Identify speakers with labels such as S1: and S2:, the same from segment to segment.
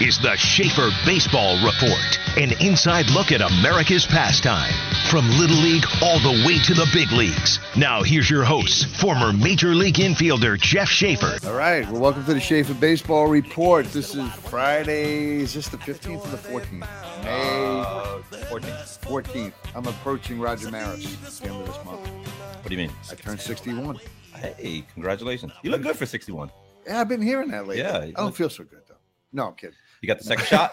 S1: is the Schaefer Baseball Report, an inside look at America's pastime. From Little League all the way to the big leagues. Now, here's your host, former Major League infielder Jeff Schaefer.
S2: All right, well, welcome to the Schaefer Baseball Report. This is Friday, is this the 15th or the 14th?
S3: Uh,
S2: May
S3: 14th.
S2: 14th. I'm approaching Roger Maris at the end of this month.
S3: What do you mean?
S2: I turned 61.
S3: Hey, congratulations. You look good for 61.
S2: Yeah, I've been hearing that lately.
S3: Yeah,
S2: I don't feel so good, though. No, I'm kidding.
S3: You got the second shot?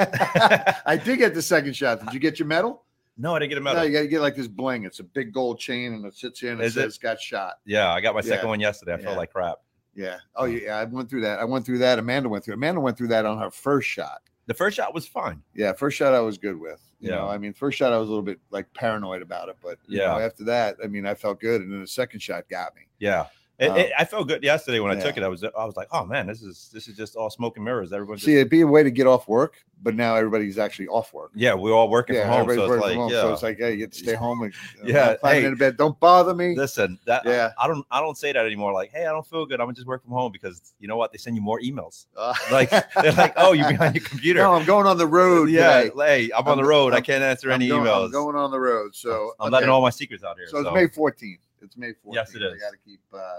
S2: I did get the second shot. Did you get your medal?
S3: no, I didn't get a
S2: No,
S3: medal.
S2: you got to get like this bling. It's a big gold chain and it sits here and it
S3: Is it?
S2: says got shot.
S3: Yeah, I got my second
S2: Yeah.
S3: one yesterday. I felt
S2: Yeah.
S3: like crap.
S2: Yeah. Oh, yeah. I went through that. I went through that. Amanda went through. Amanda went through that on her first shot.
S3: The first shot was fine.
S2: Yeah, first shot I was good with. You
S3: Yeah.
S2: know, I mean, first shot I was a little bit like paranoid about it, but you
S3: Yeah.
S2: know, after that, I mean, I felt good, and then the second shot got me.
S3: Yeah. It,
S2: Um,
S3: it- I felt good yesterday when I took
S2: yeah.
S3: it. I was I was like, oh man, this is this is just all smoke and mirrors. Everyone's
S2: See,
S3: just,
S2: it'd be a way to get off work, but now everybody's actually off work.
S3: yeah, we're all working
S2: yeah,
S3: from home.
S2: everybody's
S3: So
S2: working
S3: it's like,
S2: from home,
S3: yeah.
S2: so it's like, hey, you get to stay home and uh,
S3: Yeah,
S2: climbing
S3: hey.
S2: into bed. Don't bother me.
S3: Listen, that
S2: Yeah.
S3: I, I don't I don't say that anymore. Like, hey, I don't feel good. I'm gonna just work from home because you know what? They send you more emails.
S2: Uh,
S3: Like they're like, oh, you're behind your computer.
S2: No, I'm going on the road.
S3: yeah,
S2: today.
S3: hey, I'm, on
S2: I'm-
S3: the road. I
S2: I'm-
S3: can't answer
S2: I'm
S3: any
S2: going,
S3: emails.
S2: I'm going on the road. So
S3: I'm
S2: okay.
S3: letting all my secrets out here.
S2: So it's May 14th. It's May 14th.
S3: Yes, it
S2: I
S3: is.
S2: got to keep. Uh,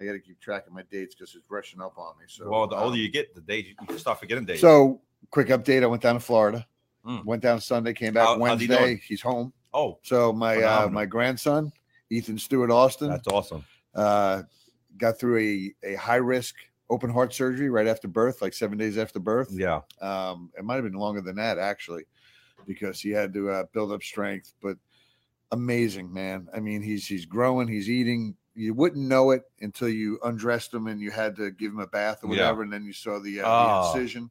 S2: I got to keep track of my dates because it's rushing up on me. So
S3: well, the older
S2: um,
S3: you get, the days you, you start forgetting days.
S2: So, quick update: I went down to Florida.
S3: Mm.
S2: Went down Sunday, came back
S3: How- how's he
S2: Wednesday.
S3: doing?
S2: He's home.
S3: oh,
S2: So my uh,
S3: Phenomenal.
S2: my grandson, Ethan Stewart Austin,
S3: that's awesome.
S2: uh, got through a a high risk open heart surgery right after birth, like seven days after birth.
S3: Yeah,
S2: Um, it might have been longer than that actually, because he had to uh, build up strength. But amazing, man. I mean, he's he's growing. He's eating. You wouldn't know it until you undressed him and you had to give him a bath or
S3: Yeah.
S2: whatever, and then you saw the, uh,
S3: Ah.
S2: the incision.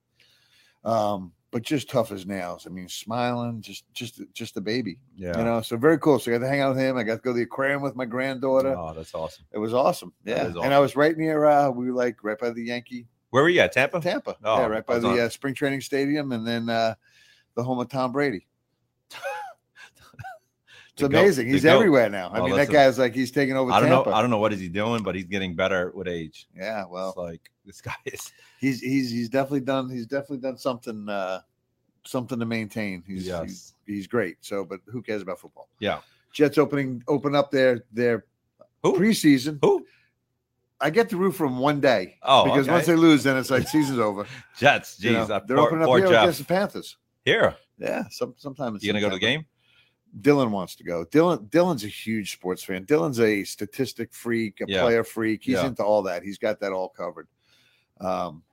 S2: Um, but just tough as nails. I mean, smiling, just just just a baby.
S3: yeah.
S2: You know, so very cool. So I got to hang out with him. I got to go to the aquarium with my granddaughter.
S3: Oh, that's awesome.
S2: It was awesome.
S3: That
S2: Yeah.
S3: is
S2: And I was right near uh we were like right by the Yankee
S3: Where were you at? Tampa.
S2: Tampa.
S3: Oh,
S2: yeah, right by
S3: that's
S2: the
S3: awesome.
S2: uh, spring training stadium and then uh the home of Tom Brady. It's
S3: The GOAT,
S2: amazing.
S3: the
S2: He's
S3: GOAT.
S2: everywhere now. I
S3: Oh,
S2: mean, that
S3: listen.
S2: guy's like he's taking over
S3: I don't
S2: Tampa.
S3: know. I don't know what is he doing, but he's getting better with age.
S2: yeah,
S3: Well,
S2: well,
S3: it's like this guy is.
S2: he's he's he's definitely done he's definitely done something uh something to maintain. He's he's,
S3: yes.
S2: he's great. So, but who cares about football?
S3: Yeah.
S2: Jets opening open up their their
S3: Who?
S2: preseason.
S3: Who?
S2: I get to root for them one day.
S3: Oh,
S2: because
S3: okay.
S2: once they lose, then it's like season's over.
S3: Jets. Jeez,
S2: You know,
S3: I-
S2: they're
S3: poor,
S2: opening up
S3: poor
S2: here
S3: Jeff.
S2: against the Panthers.
S3: Here,
S2: Yeah, some sometime. in
S3: you gonna go to the
S2: September.
S3: game?
S2: Dylan wants to go. Dylan Dylan's a huge sports fan. Dylan's a statistic freak, a
S3: Yeah.
S2: player freak. He's
S3: Yeah.
S2: into all that. He's got that all covered. Um,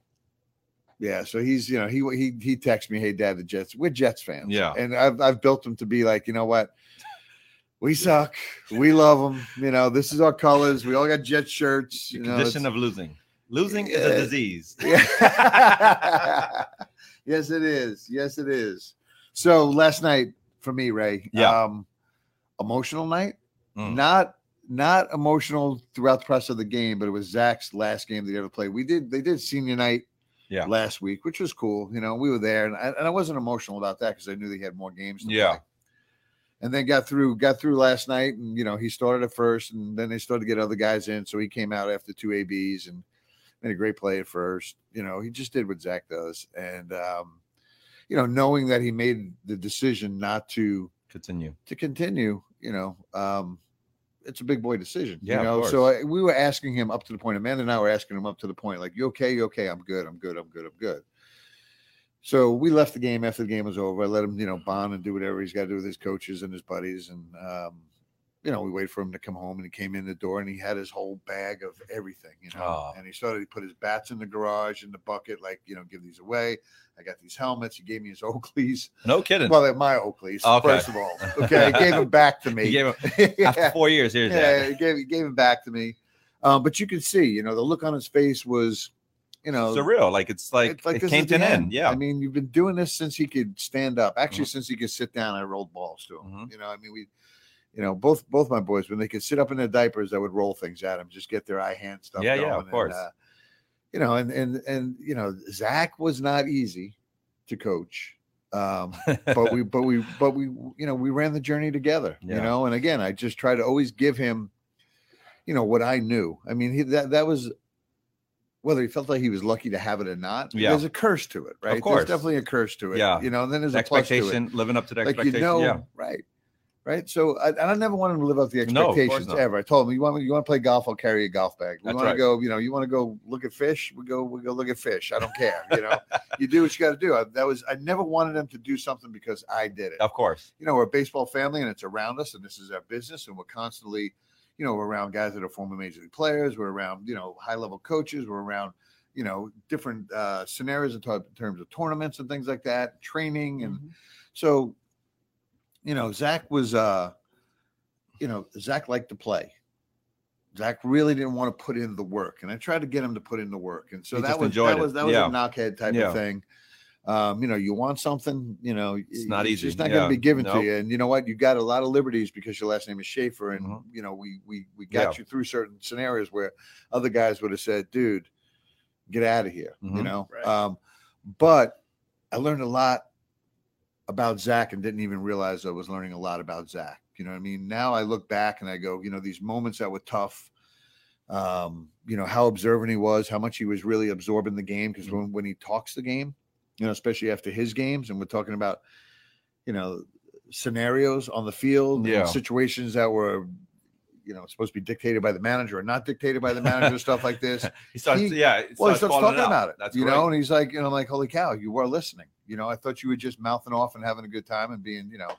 S2: yeah. So he's you know he he he texts me, hey dad, the Jets. We're Jets fans.
S3: Yeah.
S2: And I've I've built him to be like you know what. We suck. We love them. You know, this is our colors. We all got jet shirts. You know, it's-
S3: Condition of losing. Losing is
S2: Yeah.
S3: a disease.
S2: Yeah. yes, it is. Yes, it is. So last night for me, Ray,
S3: Yeah.
S2: um, emotional night.
S3: Mm.
S2: Not not emotional throughout the process of the game, but it was Zach's last game that he ever played. We did they did senior night
S3: Yeah.
S2: last week, which was cool. You know, we were there, and I, and I wasn't emotional about that because I knew they had more games. To
S3: Yeah.
S2: play. And then got through got through last night, and you know he started at first, and then they started to get other guys in, so he came out after two abs and made a great play at first. You know, he just did what Zach does, and um, you know, knowing that he made the decision not to
S3: Continue.
S2: to continue, you know, um, it's a big boy decision.
S3: Yeah,
S2: you
S3: of
S2: know,
S3: course.
S2: so I, we were asking him up to the point. Amanda and I were asking him up to the point, like, "You okay? You okay? I'm good. I'm good. I'm good. I'm good." So we left the game after the game was over. I let him, you know, bond and do whatever he's got to do with his coaches and his buddies, and um, you know, we waited for him to come home. And he came in the door, and he had his whole bag of everything, you know.
S3: Oh.
S2: And he started. He put his bats in the garage in the bucket, like, you know, give these away. I got these helmets. He gave me his Oakleys.
S3: No kidding.
S2: Well, they're my Oakleys,
S3: Okay.
S2: first of all. Okay, he gave them back to me.
S3: he gave him after
S2: yeah,
S3: four years. Here's
S2: yeah,
S3: that.
S2: he gave he gave him back to me. Um, but you could see, you know, the look on his face was, you know,
S3: Surreal. Like it's like,
S2: it's like
S3: it
S2: this
S3: came
S2: is
S3: to an
S2: the
S3: end. Yeah.
S2: I mean, you've been doing this since he could stand up. Actually,
S3: Mhm.
S2: since he could sit down, I rolled balls to him.
S3: Mhm.
S2: You know, I mean, we, you know, both both my boys when they could sit up in their diapers, I would roll things at him, just get their eye hand stuff.
S3: Yeah, yeah,
S2: going
S3: of course.
S2: And, uh, you know, and and and you know, Zach was not easy to coach. Um, but we but we but we you know we ran the journey together you
S3: Yeah.
S2: know and again i just try to always give him you know what i knew i mean he, that that was whether he felt like he was lucky to have it or not,
S3: Yeah.
S2: there's a curse to it, right?
S3: course.
S2: There's definitely a curse to it.
S3: Yeah.
S2: You know, and then there's a plus to it.
S3: expectation, living up to the
S2: Like you
S3: expectation.
S2: know,
S3: yeah.
S2: right. Right. So I, and I never wanted him to live up to the
S3: No, of course
S2: expectations
S3: not.
S2: ever. I told him, you want me, you want to play golf? I'll carry a golf bag. We
S3: That's
S2: want to
S3: right.
S2: go, you know, you want to go look at fish? We go, we go look at fish. I don't care. You know, you do what you got to do. I, that was, I never wanted him to do something because I did it
S3: Of course.
S2: you know, we're a baseball family and it's around us and this is our business and we're constantly, you know, we're around guys that are former major league players, we're around, you know, high level coaches, we're around, you know, different uh, scenarios in, t- in terms of tournaments and things like that, training. And so, you know, Zach was, uh, you know, Zach liked to play. Zach really didn't want to put in the work, and I tried to get him to put in the work, and so
S3: He
S2: that
S3: just
S2: was
S3: enjoyed
S2: that
S3: it.
S2: was that was
S3: Yeah.
S2: a knockhead type
S3: Yeah.
S2: of thing. Um, you know, you want something, you know,
S3: It's not easy.
S2: It's just not
S3: Yeah.
S2: going to be given
S3: Nope.
S2: to you, and you know what? You got a lot of liberties because your last name is Schaefer, and
S3: Mhm.
S2: you know we we we got
S3: Yeah.
S2: you through certain scenarios where other guys would have said, "Dude, get out of here," you
S3: Mhm.
S2: know.
S4: Right.
S2: Um, but I learned a lot about Zach and didn't even realize I was learning a lot about Zach. You know what I mean? Now I look back and I go, you know, these moments that were tough, um, you know, how observant he was, how much he was really absorbing the game. Because when, when he talks the game, you know, especially after his games, and we're talking about, you know, scenarios on the field, and
S3: Yeah.
S2: situations that were, you know, supposed to be dictated by the manager or not dictated by the manager, stuff like this.
S3: He starts,
S2: He-
S3: yeah.
S2: Well, he starts
S3: calling
S2: talking
S3: out.
S2: about it,
S3: That's
S2: you
S3: great.
S2: know, and he's like, and I'm like, holy cow, you were listening. You know, I thought you were just mouthing off and having a good time and being, you know,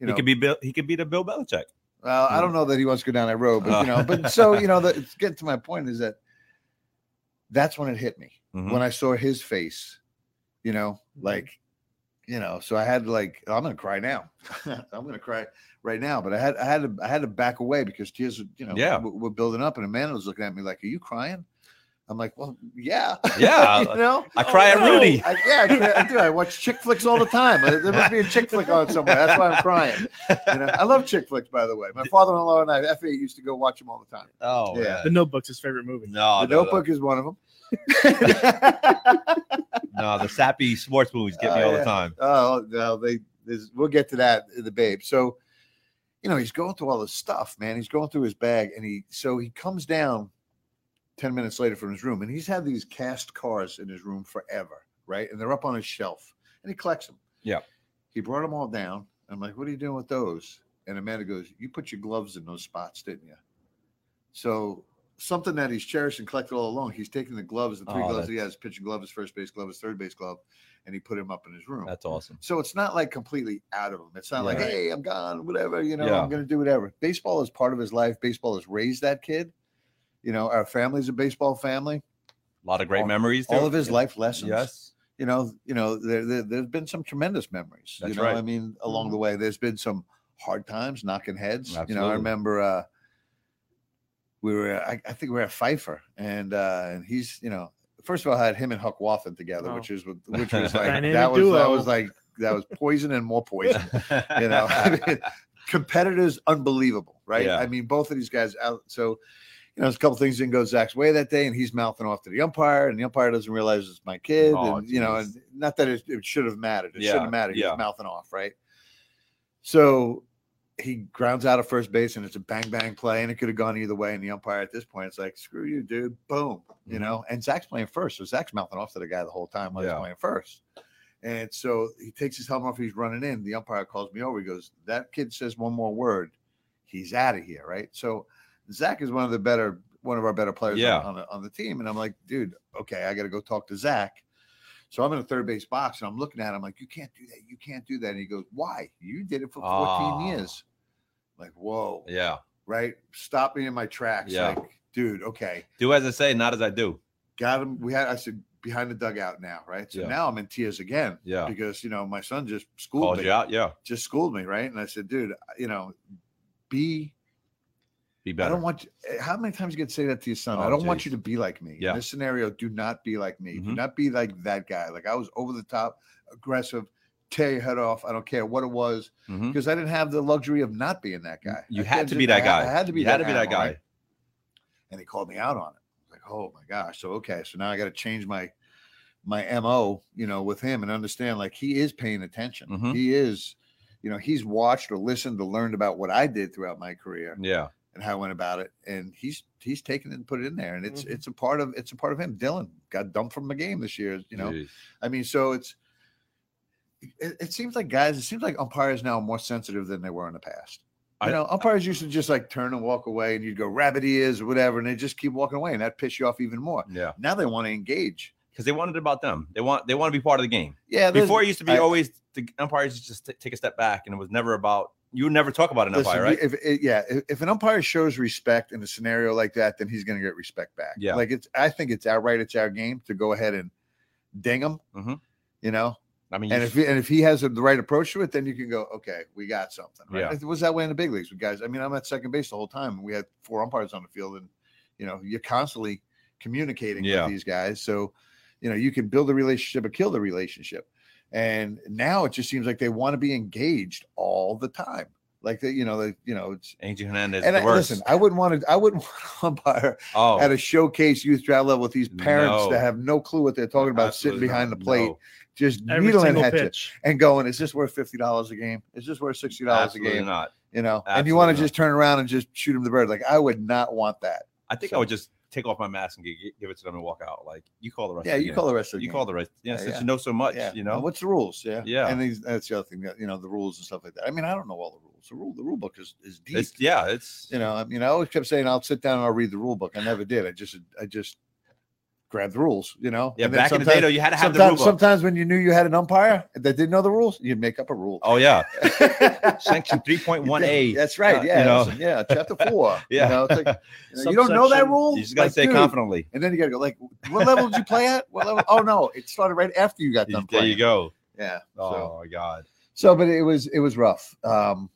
S2: you know,
S3: he could be Hmm. Bill, he could be the Bill Belichick.
S2: well, I don't know that he wants to go down that road, but you know,
S3: Uh.
S2: but so you know, the, it's getting to my point is that that's when it hit me
S3: Mhm.
S2: when I saw his face, you know, like, you know, so I had to like, I'm gonna cry now, I'm gonna cry right now, but I had, I had to, I had to back away because tears, were, you know,
S3: Yeah.
S2: were, were building up, and Amanda was looking at me like, "Are you crying?" I'm like, "Well, yeah,
S3: Yeah.
S2: you know."
S3: I cry
S2: Oh, No,
S3: at Rudy.
S2: I, yeah, I, cry- I do. I watch chick flicks all the time. Uh, There must be a chick flick on somewhere. That's why I'm crying. You know, I love chick flicks, by the way. My father-in-law and I, F8, used to go watch them all the time.
S3: Oh
S2: Yeah.
S3: man.
S4: The Notebook's his favorite movie.
S3: No,
S2: the
S3: no,
S2: Notebook is one of them.
S3: No, the sappy sports movies get me
S2: Oh,
S3: all
S2: yeah.
S3: the time.
S2: oh no, they. There's, we'll get to that, in the babe. So, you know, he's going through all this stuff, man. He's going through his bag, and he so he comes down ten minutes later from his room, and he's had these cast cars in his room forever, right? And they're up on his shelf, and he collects them.
S3: Yeah.
S2: He brought them all down. I'm like, what are you doing with those? And Amanda goes, you put your gloves in those spots, didn't you? So something that he's cherished and collected all along, he's taken the gloves, the three
S3: Oh,
S2: gloves that he has, pitching glove, his first base glove, his third base glove, and he put him up in his room.
S3: That's awesome.
S2: So it's not like completely out of him. It's not like,
S3: Yeah.
S2: hey, I'm gone, whatever, you know,
S3: Yeah.
S2: I'm going to do whatever. Baseball is part of his life. Baseball has raised that kid. You know, our family's a baseball family.
S3: A lot of great
S2: All-
S3: memories.
S2: All
S3: too.
S2: of his life lessons.
S3: Yes.
S2: You know, you know, there, there there's been some tremendous memories. you
S3: That's
S2: know,
S3: right. Mm-hmm.
S2: I mean, along the way, there's been some hard times, knocking heads. You know, I
S3: Absolutely.
S2: remember uh we were I, I think we were at Pfeiffer and uh and he's, you know, first of all I had him and Huck Waffen together,
S4: Oh.
S2: which is which was like
S4: Dynamic
S2: that was that
S4: duo.
S2: was like that was poison and more poison you know I mean, competitors unbelievable right
S3: Yeah.
S2: i mean both of these guys out so you know there's a couple things didn't go zach's way that day and he's mouthing off to the umpire and the umpire doesn't realize it's my kid
S3: Oh,
S2: and you know
S3: geez.
S2: and not that it, it should have mattered it
S3: Yeah,
S2: shouldn't matter he's
S3: yeah.
S2: mouthing off right so he grounds out of first base and it's a bang bang play and it could have gone either way and the umpire at this point it's like screw you dude boom you
S3: Mhm.
S2: know and zach's playing first so zach's mouthing off to the guy the whole time while
S3: Yeah.
S2: he's playing first and so he takes his helmet off he's running in the umpire calls me over he goes that kid says one more word he's out of here right so zach is one of the better one of our better players on-
S3: Yeah.
S2: on, the, on the team and i'm like dude okay i gotta go talk to zach so I'm in a third base box and I'm looking at him like, you can't do that. You can't do that. And he goes, why? You did it for 14
S3: Oh.
S2: years. Like, whoa,
S3: yeah.
S2: right? Stop me in my tracks.
S3: Yeah.
S2: Like, dude, okay.
S3: Do as I say, not as I do.
S2: Got him. We had, I said, behind the dugout now, right? So
S3: Yeah.
S2: now I'm in tears again
S3: Yeah.
S2: because, you know, my son just schooled
S3: Called
S2: me,
S3: you out. Yeah.
S2: just schooled me, right? And I said, dude, you know, be
S3: Be better.
S2: I don't want you, how many times you get to say that to your son? I
S3: Oh,
S2: don't want you
S3: geez.
S2: to be like me.
S3: Yeah.
S2: In this scenario, do not be like me. Do
S3: Mhm.
S2: not be like that guy. Like I was over the top, aggressive, tear your head off. I don't care what it was
S3: Mhm.
S2: because I didn't have the luxury of not being that guy.
S3: You
S2: I
S3: had
S2: can't
S3: to
S2: do-
S3: be that
S2: I
S3: guy.
S2: had- I had to be,
S3: You
S2: that,
S3: had to be that
S2: animal,
S3: guy.
S2: right? And he called me out on it. I was Like, oh my gosh. So okay, so now I got to change my my mo. You know, with him and understand like he is paying attention.
S3: Mhm.
S2: He is. You know, he's watched or listened or learned about what I did throughout my career
S3: Yeah.
S2: and how I went about it. And he's he's taken it and put it in there, and it's it's a part of it's a part of him. Dylan got dumped from the game this year. You know,
S4: Jeez.
S2: I mean, so it's it, it seems like guys, it seems like umpires now are more sensitive than they were in the past. You
S4: I-
S2: know, umpires used to just like turn and walk away, and you'd go rabbit ears or whatever, and they just keep walking away, and that piss you off even more.
S3: Yeah,
S2: Now they want to engage.
S3: because they wanted it about them. They want they want to be part of the game.
S2: Yeah, there's-
S3: Before it used to be
S2: I-
S3: always the umpires used to just t- take a step back, and it was never about you. Would never talk about an
S2: Listen,
S3: umpire, right?
S2: If, if- yeah, if, if an umpire shows respect in a scenario like that, then he's going to get respect back.
S3: Yeah.
S2: like it's. I think it's outright. It's our game to go ahead and ding him.
S3: Mhm.
S2: You know,
S3: I mean,
S2: and if he, and if he has the right approach to it, then you can go, okay, we got something. Right?
S3: Yeah.
S2: It was that way in the big leagues with guys. I mean, I'm at second base the whole time, and we had four umpires on the field, and you know, you're constantly communicating
S3: Yeah.
S2: with these guys, so you know you can build the relationship or kill the relationship. And now it just seems like they want to be engaged all the time, like they, you know, they, you know, it's.
S3: Angie Hernandez,
S2: And
S3: the
S2: I,
S3: worst.
S2: listen, I wouldn't want to. I wouldn't want an umpire
S3: oh,
S2: at a showcase youth draft level with these parents
S3: No.
S2: that have no clue what they're talking about,
S3: absolutely
S2: sitting behind
S3: not.
S2: the plate,
S3: No.
S2: just
S5: Every
S2: needling
S5: single
S2: at you
S5: pitch.
S2: and going, is this worth fifty dollars a game? Is this worth sixty dollars a
S3: Absolutely
S2: game?
S3: not.
S2: You know, and you want to
S3: Absolutely not.
S2: just turn around and just shoot him the bird. Like I would not want that.
S3: I think I
S2: So-
S3: would just take off my mask and gi- give it to them and walk out. Like you call the rest.
S2: Yeah,
S3: of the
S2: you
S3: game.
S2: call the rest of the
S3: you
S2: game.
S3: call the rest. Yeah,
S2: Yeah,
S3: since
S2: yeah.
S3: you know so much,
S2: yeah.
S3: you
S2: Now,
S3: know.
S2: what's the rules? Yeah,
S3: Yeah.
S2: And these, that's the other thing. You know, the rules and stuff like that. I mean, I don't know all the rules. The rule, the rule book is is deep.
S3: It's yeah, it's
S2: you know, I mean, I always kept saying I'll sit down and I'll read the rule book. I never did. I just I just grabbed the rules. You know.
S3: yeah.
S2: And then
S3: Back in the day,
S2: sometimes-
S3: though, you had to have the rule
S2: sometimes,
S3: book.
S2: sometimes when you knew you had an umpire that didn't know the rules, you'd make up a rule.
S3: Oh yeah, Oh. section three point one A.
S2: That's right.
S3: Uh,
S2: Yeah.
S3: you know.
S2: listen, yeah. Chapter four.
S3: Yeah.
S2: You, know, it's like, you, know, you don't know that
S5: Subsection.
S2: rule.
S3: You just gotta
S2: Like,
S3: say
S2: dude.
S3: confidently.
S2: And then you gotta go like, what level did you play at? What level? Oh no, it started right after you got
S3: There
S2: done playing.
S3: you go.
S2: Yeah.
S3: Oh
S2: So,
S3: my god.
S2: so, but it was it was rough. Um,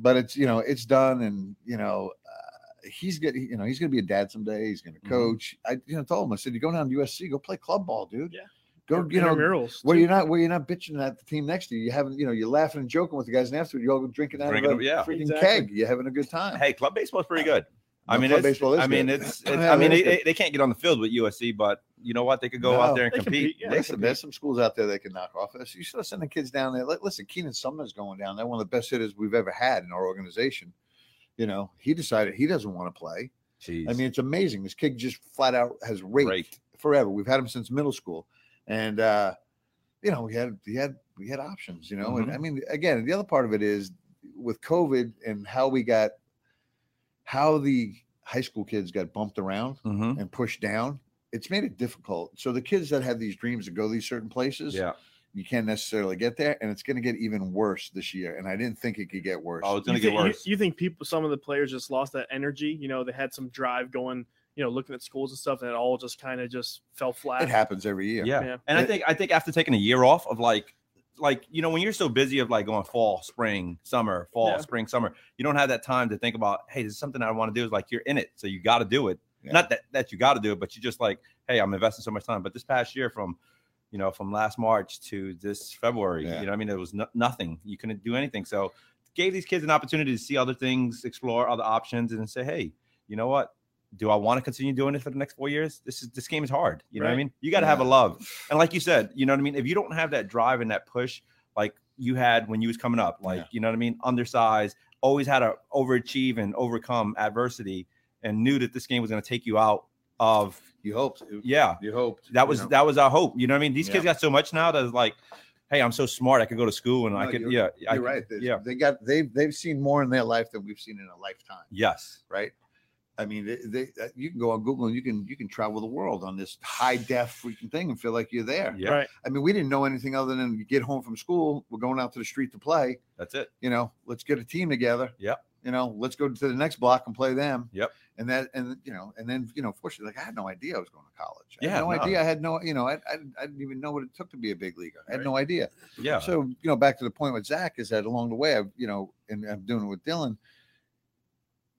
S2: but it's you know it's done, and you know uh, he's gonna you know he's gonna be a dad someday. He's gonna
S3: Mhm.
S2: coach. I you know told him I said you go down to USC, go play club ball, dude.
S5: Yeah.
S2: Go you know
S5: Intramurals,
S2: where
S5: too.
S2: you're not where you're not bitching at the team next to you. You haven't you know you're laughing and joking with the guys, and afterward you're all drinking out
S3: Drinking,
S2: of a
S3: yeah.
S2: freaking
S5: Exactly.
S2: keg. You're having a good time.
S3: Hey, club baseball's pretty good. I
S2: No,
S3: mean,
S2: club
S3: it's,
S2: baseball is
S3: I mean,
S2: good.
S3: it's, it's
S2: Yeah,
S3: I mean,
S2: it is
S3: they,
S2: good.
S3: they- they can't get on the field with USC, but you know what? They could go out
S2: No.
S3: there and
S5: They
S3: compete.
S5: compete, yeah.
S3: They
S2: Listen,
S3: could
S2: there's some schools out there that can knock off us. You should send the kids down there. Like, Listen, Keenan Sumner's going down there, one of the best hitters we've ever had in our organization. You know, he decided he doesn't want to play.
S3: be-
S2: I mean, it's amazing. This kid just flat out has raked,
S3: Raked.
S2: forever. We've had him since middle school, and uh, you know, we had we had we had options. You know, and
S3: Mhm.
S2: I mean, again, the other part of it is with COVID and how we got how the high school kids got bumped around
S3: Mhm.
S2: and pushed down. It's made it difficult. So the kids that have these dreams to go these certain places,
S3: yeah.
S2: you can't necessarily get there, and it's going to get even worse this year. And I didn't think it could get worse.
S3: Oh, it's gonna
S5: you
S3: get
S5: thi- you-
S3: worse.
S5: You, think people, some of the players just lost that energy? You know, they had some drive going, you know, looking at schools and stuff, and it all just kind of just fell flat.
S2: it happens every year.
S3: yeah.
S5: Yeah.
S3: And I
S2: It-
S3: think I think after taking a year off of like like you know when you're so busy of like going fall, spring, summer, fall,
S5: Yeah.
S3: spring, summer, you don't have that time to think about hey, this is something I want to do. Is like you're in it, so you got to do it.
S2: Yeah.
S3: Not that that you got to do it, but you just like hey, I'm investing so much time. But this past year from you know from last March to this February,
S2: Yeah.
S3: you know what I mean it was no- nothing. You couldn't do anything. So gave these kids an opportunity to see other things, explore other options, and say hey, you know what. Do I want to continue doing it for the next four years? This is this game is hard. You know what I
S5: Right.
S3: mean? You got to have a
S2: Yeah.
S3: love. And like you said, you know what I mean? If you don't have that drive and that push like you had when you was coming up, like
S2: Yeah.
S3: you know what I mean, undersized, always had to overachieve and overcome adversity and knew that this game was going to take you out of
S2: You hoped.
S3: yeah.
S2: You hoped.
S3: That
S2: you
S3: was
S2: know.
S3: that was our hope. You know what I mean? These kids
S2: Yeah.
S3: got so much now that it's like, hey, I'm so smart, I could go to school and I
S2: No,
S3: could
S2: you're-
S3: yeah, I
S2: You're
S3: could-
S2: right. They,
S3: Yeah.
S2: they got they've they've seen more in their life than we've seen in a lifetime,
S3: Yes.
S2: right? I mean, they, they uh, you can go on Google and you can you can travel the world on this high def freaking thing and feel like you're there.
S3: Yeah.
S5: Right.
S2: I mean, we didn't know anything other than you get home from school, we're going out to the street to play.
S3: That's it.
S2: You know, let's get a team together.
S3: Yep.
S2: You know, let's go to the next block and play them.
S3: Yep.
S2: And that, and you know, and then you know, fortunately, like I had no idea I was going to college. I
S3: Yeah,
S2: had no,
S3: no.
S2: idea. I had no, you know, I, I, I didn't even know what it took to be a big leaguer. I had
S5: Right.
S2: no idea.
S3: Yeah.
S2: So you know, back to the point with Zach is that along the way, I've you know, and I'm doing it with Dylan.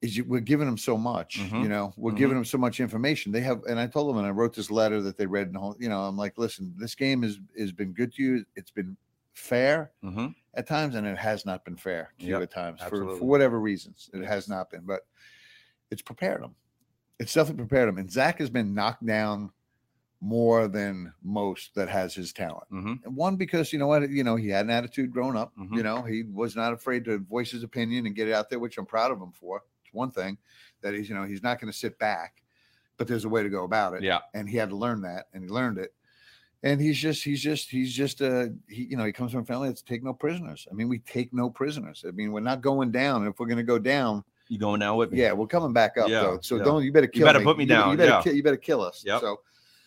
S2: Is you, we're giving them so much,
S3: Mhm.
S2: you know, we're giving them so much information. They have, and I told them, and I wrote this letter that they read, and the whole, you know, I'm like, listen, this game has has been good to you. It's been fair
S3: Mhm.
S2: at times, and it has not been fair to
S3: Yep,
S2: you at times for,
S3: absolutely.
S2: for whatever reasons. It has not been, but it's prepared them. It's definitely prepared them, and Zach has been knocked down more than most that has his talent
S3: Mhm.
S2: one because you know what you know he had an attitude growing up
S3: Mhm.
S2: you know he was not afraid to voice his opinion and get it out there which i'm proud of him for It's one thing that he's, you know, he's not going to sit back, but there's a way to go about it.
S3: Yeah.
S2: And he had to learn that and he learned it. And he's just, he's just, he's just, uh, he, you know, he comes from a family that's take no prisoners. I mean, we take no prisoners. I mean, we're not going down. And if we're going to go down,
S3: You going now with me?
S2: yeah, we're coming back up
S3: Yeah,
S2: though. So
S3: yeah.
S2: don't you better kill
S3: better put me
S2: You- You
S3: down,
S2: better,
S3: yeah.
S2: ki- you better kill us.
S3: Yep.
S2: So,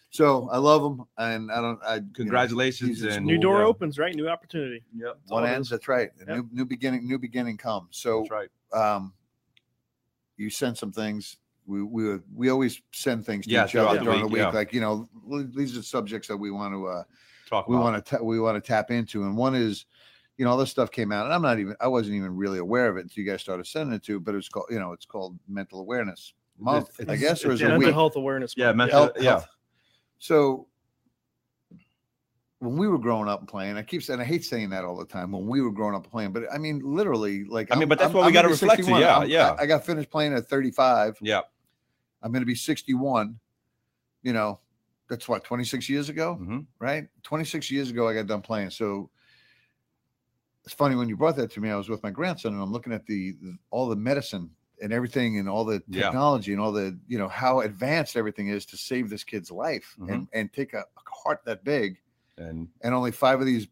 S2: so I love him, and I don't. I you know,
S3: Congratulations
S2: he's in
S3: and
S5: New
S2: school,
S5: door
S3: yeah.
S5: opens, right? New opportunity.
S3: Yep.
S5: That's all
S2: one
S5: it
S2: ends.
S5: is.
S2: That's right. A
S5: Yep.
S2: New new beginning. New beginning comes. So
S3: That's right.
S2: um, you send some things. We we would- we always send things to
S3: Yeah,
S2: each other
S3: throughout the
S2: during the
S3: week,
S2: week.
S3: yeah.
S2: Like you know, l- these are subjects that we want to uh,
S3: Talk
S2: we
S3: about
S2: want to we want to tap into, and one is. You know, all this stuff came out, and I'm not even—I wasn't even really aware of it until you guys started sending it to. But it's called—you know—it's called Mental Awareness Month, I
S3: it's-
S2: guess, or is
S3: it's
S2: it
S5: Mental
S2: week?
S5: health awareness.
S3: Yeah,
S5: month.
S3: mental-
S2: health,
S3: yeah.
S2: health. So when we were growing up and playing, I keep saying I hate saying that all the time. When we were growing up and playing, but I mean literally, like
S3: I mean,
S2: I'm-
S3: but that's
S2: I'm-
S3: what we
S2: I'm
S3: gotta
S2: gonna be
S3: reflect to,
S2: 61.
S3: yeah,
S2: I'm-
S3: yeah.
S2: I, I got finished playing at 35.
S3: Yeah.
S2: I'm going to be 61. You know, that's what 26 years ago,
S3: Mhm.
S2: right? 26 years ago, I got done playing. So it's funny when you brought that to me. I was with my grandson, and I'm looking at the, the- all the medicine and everything, and all the
S3: Yeah.
S2: technology, and all the you know how advanced everything is to save this kid's life, and and take a heart that big,
S3: And
S2: and only five of these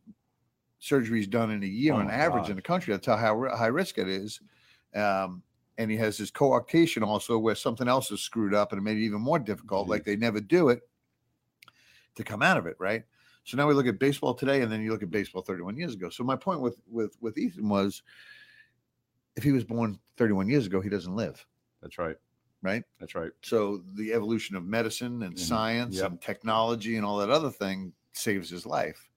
S2: surgeries done in a year
S3: Oh
S2: on
S3: my
S2: average
S3: God.
S2: in the country. That's how high, high risk it is. Um, and he has this coarctation also where something else is screwed up and it made it even more difficult.
S3: Mm-hmm.
S2: Like they never do it to come out of it, right? So now we look at baseball today, and then you look at baseball 31 years ago. So my point with with with Ethan was, if he was born 31 years ago, he doesn't live,
S3: that's right.
S2: right?
S3: That's right.
S2: So the evolution of medicine and
S3: Mhm.
S2: science
S3: Yep.
S2: and technology and all that other thing saves his life.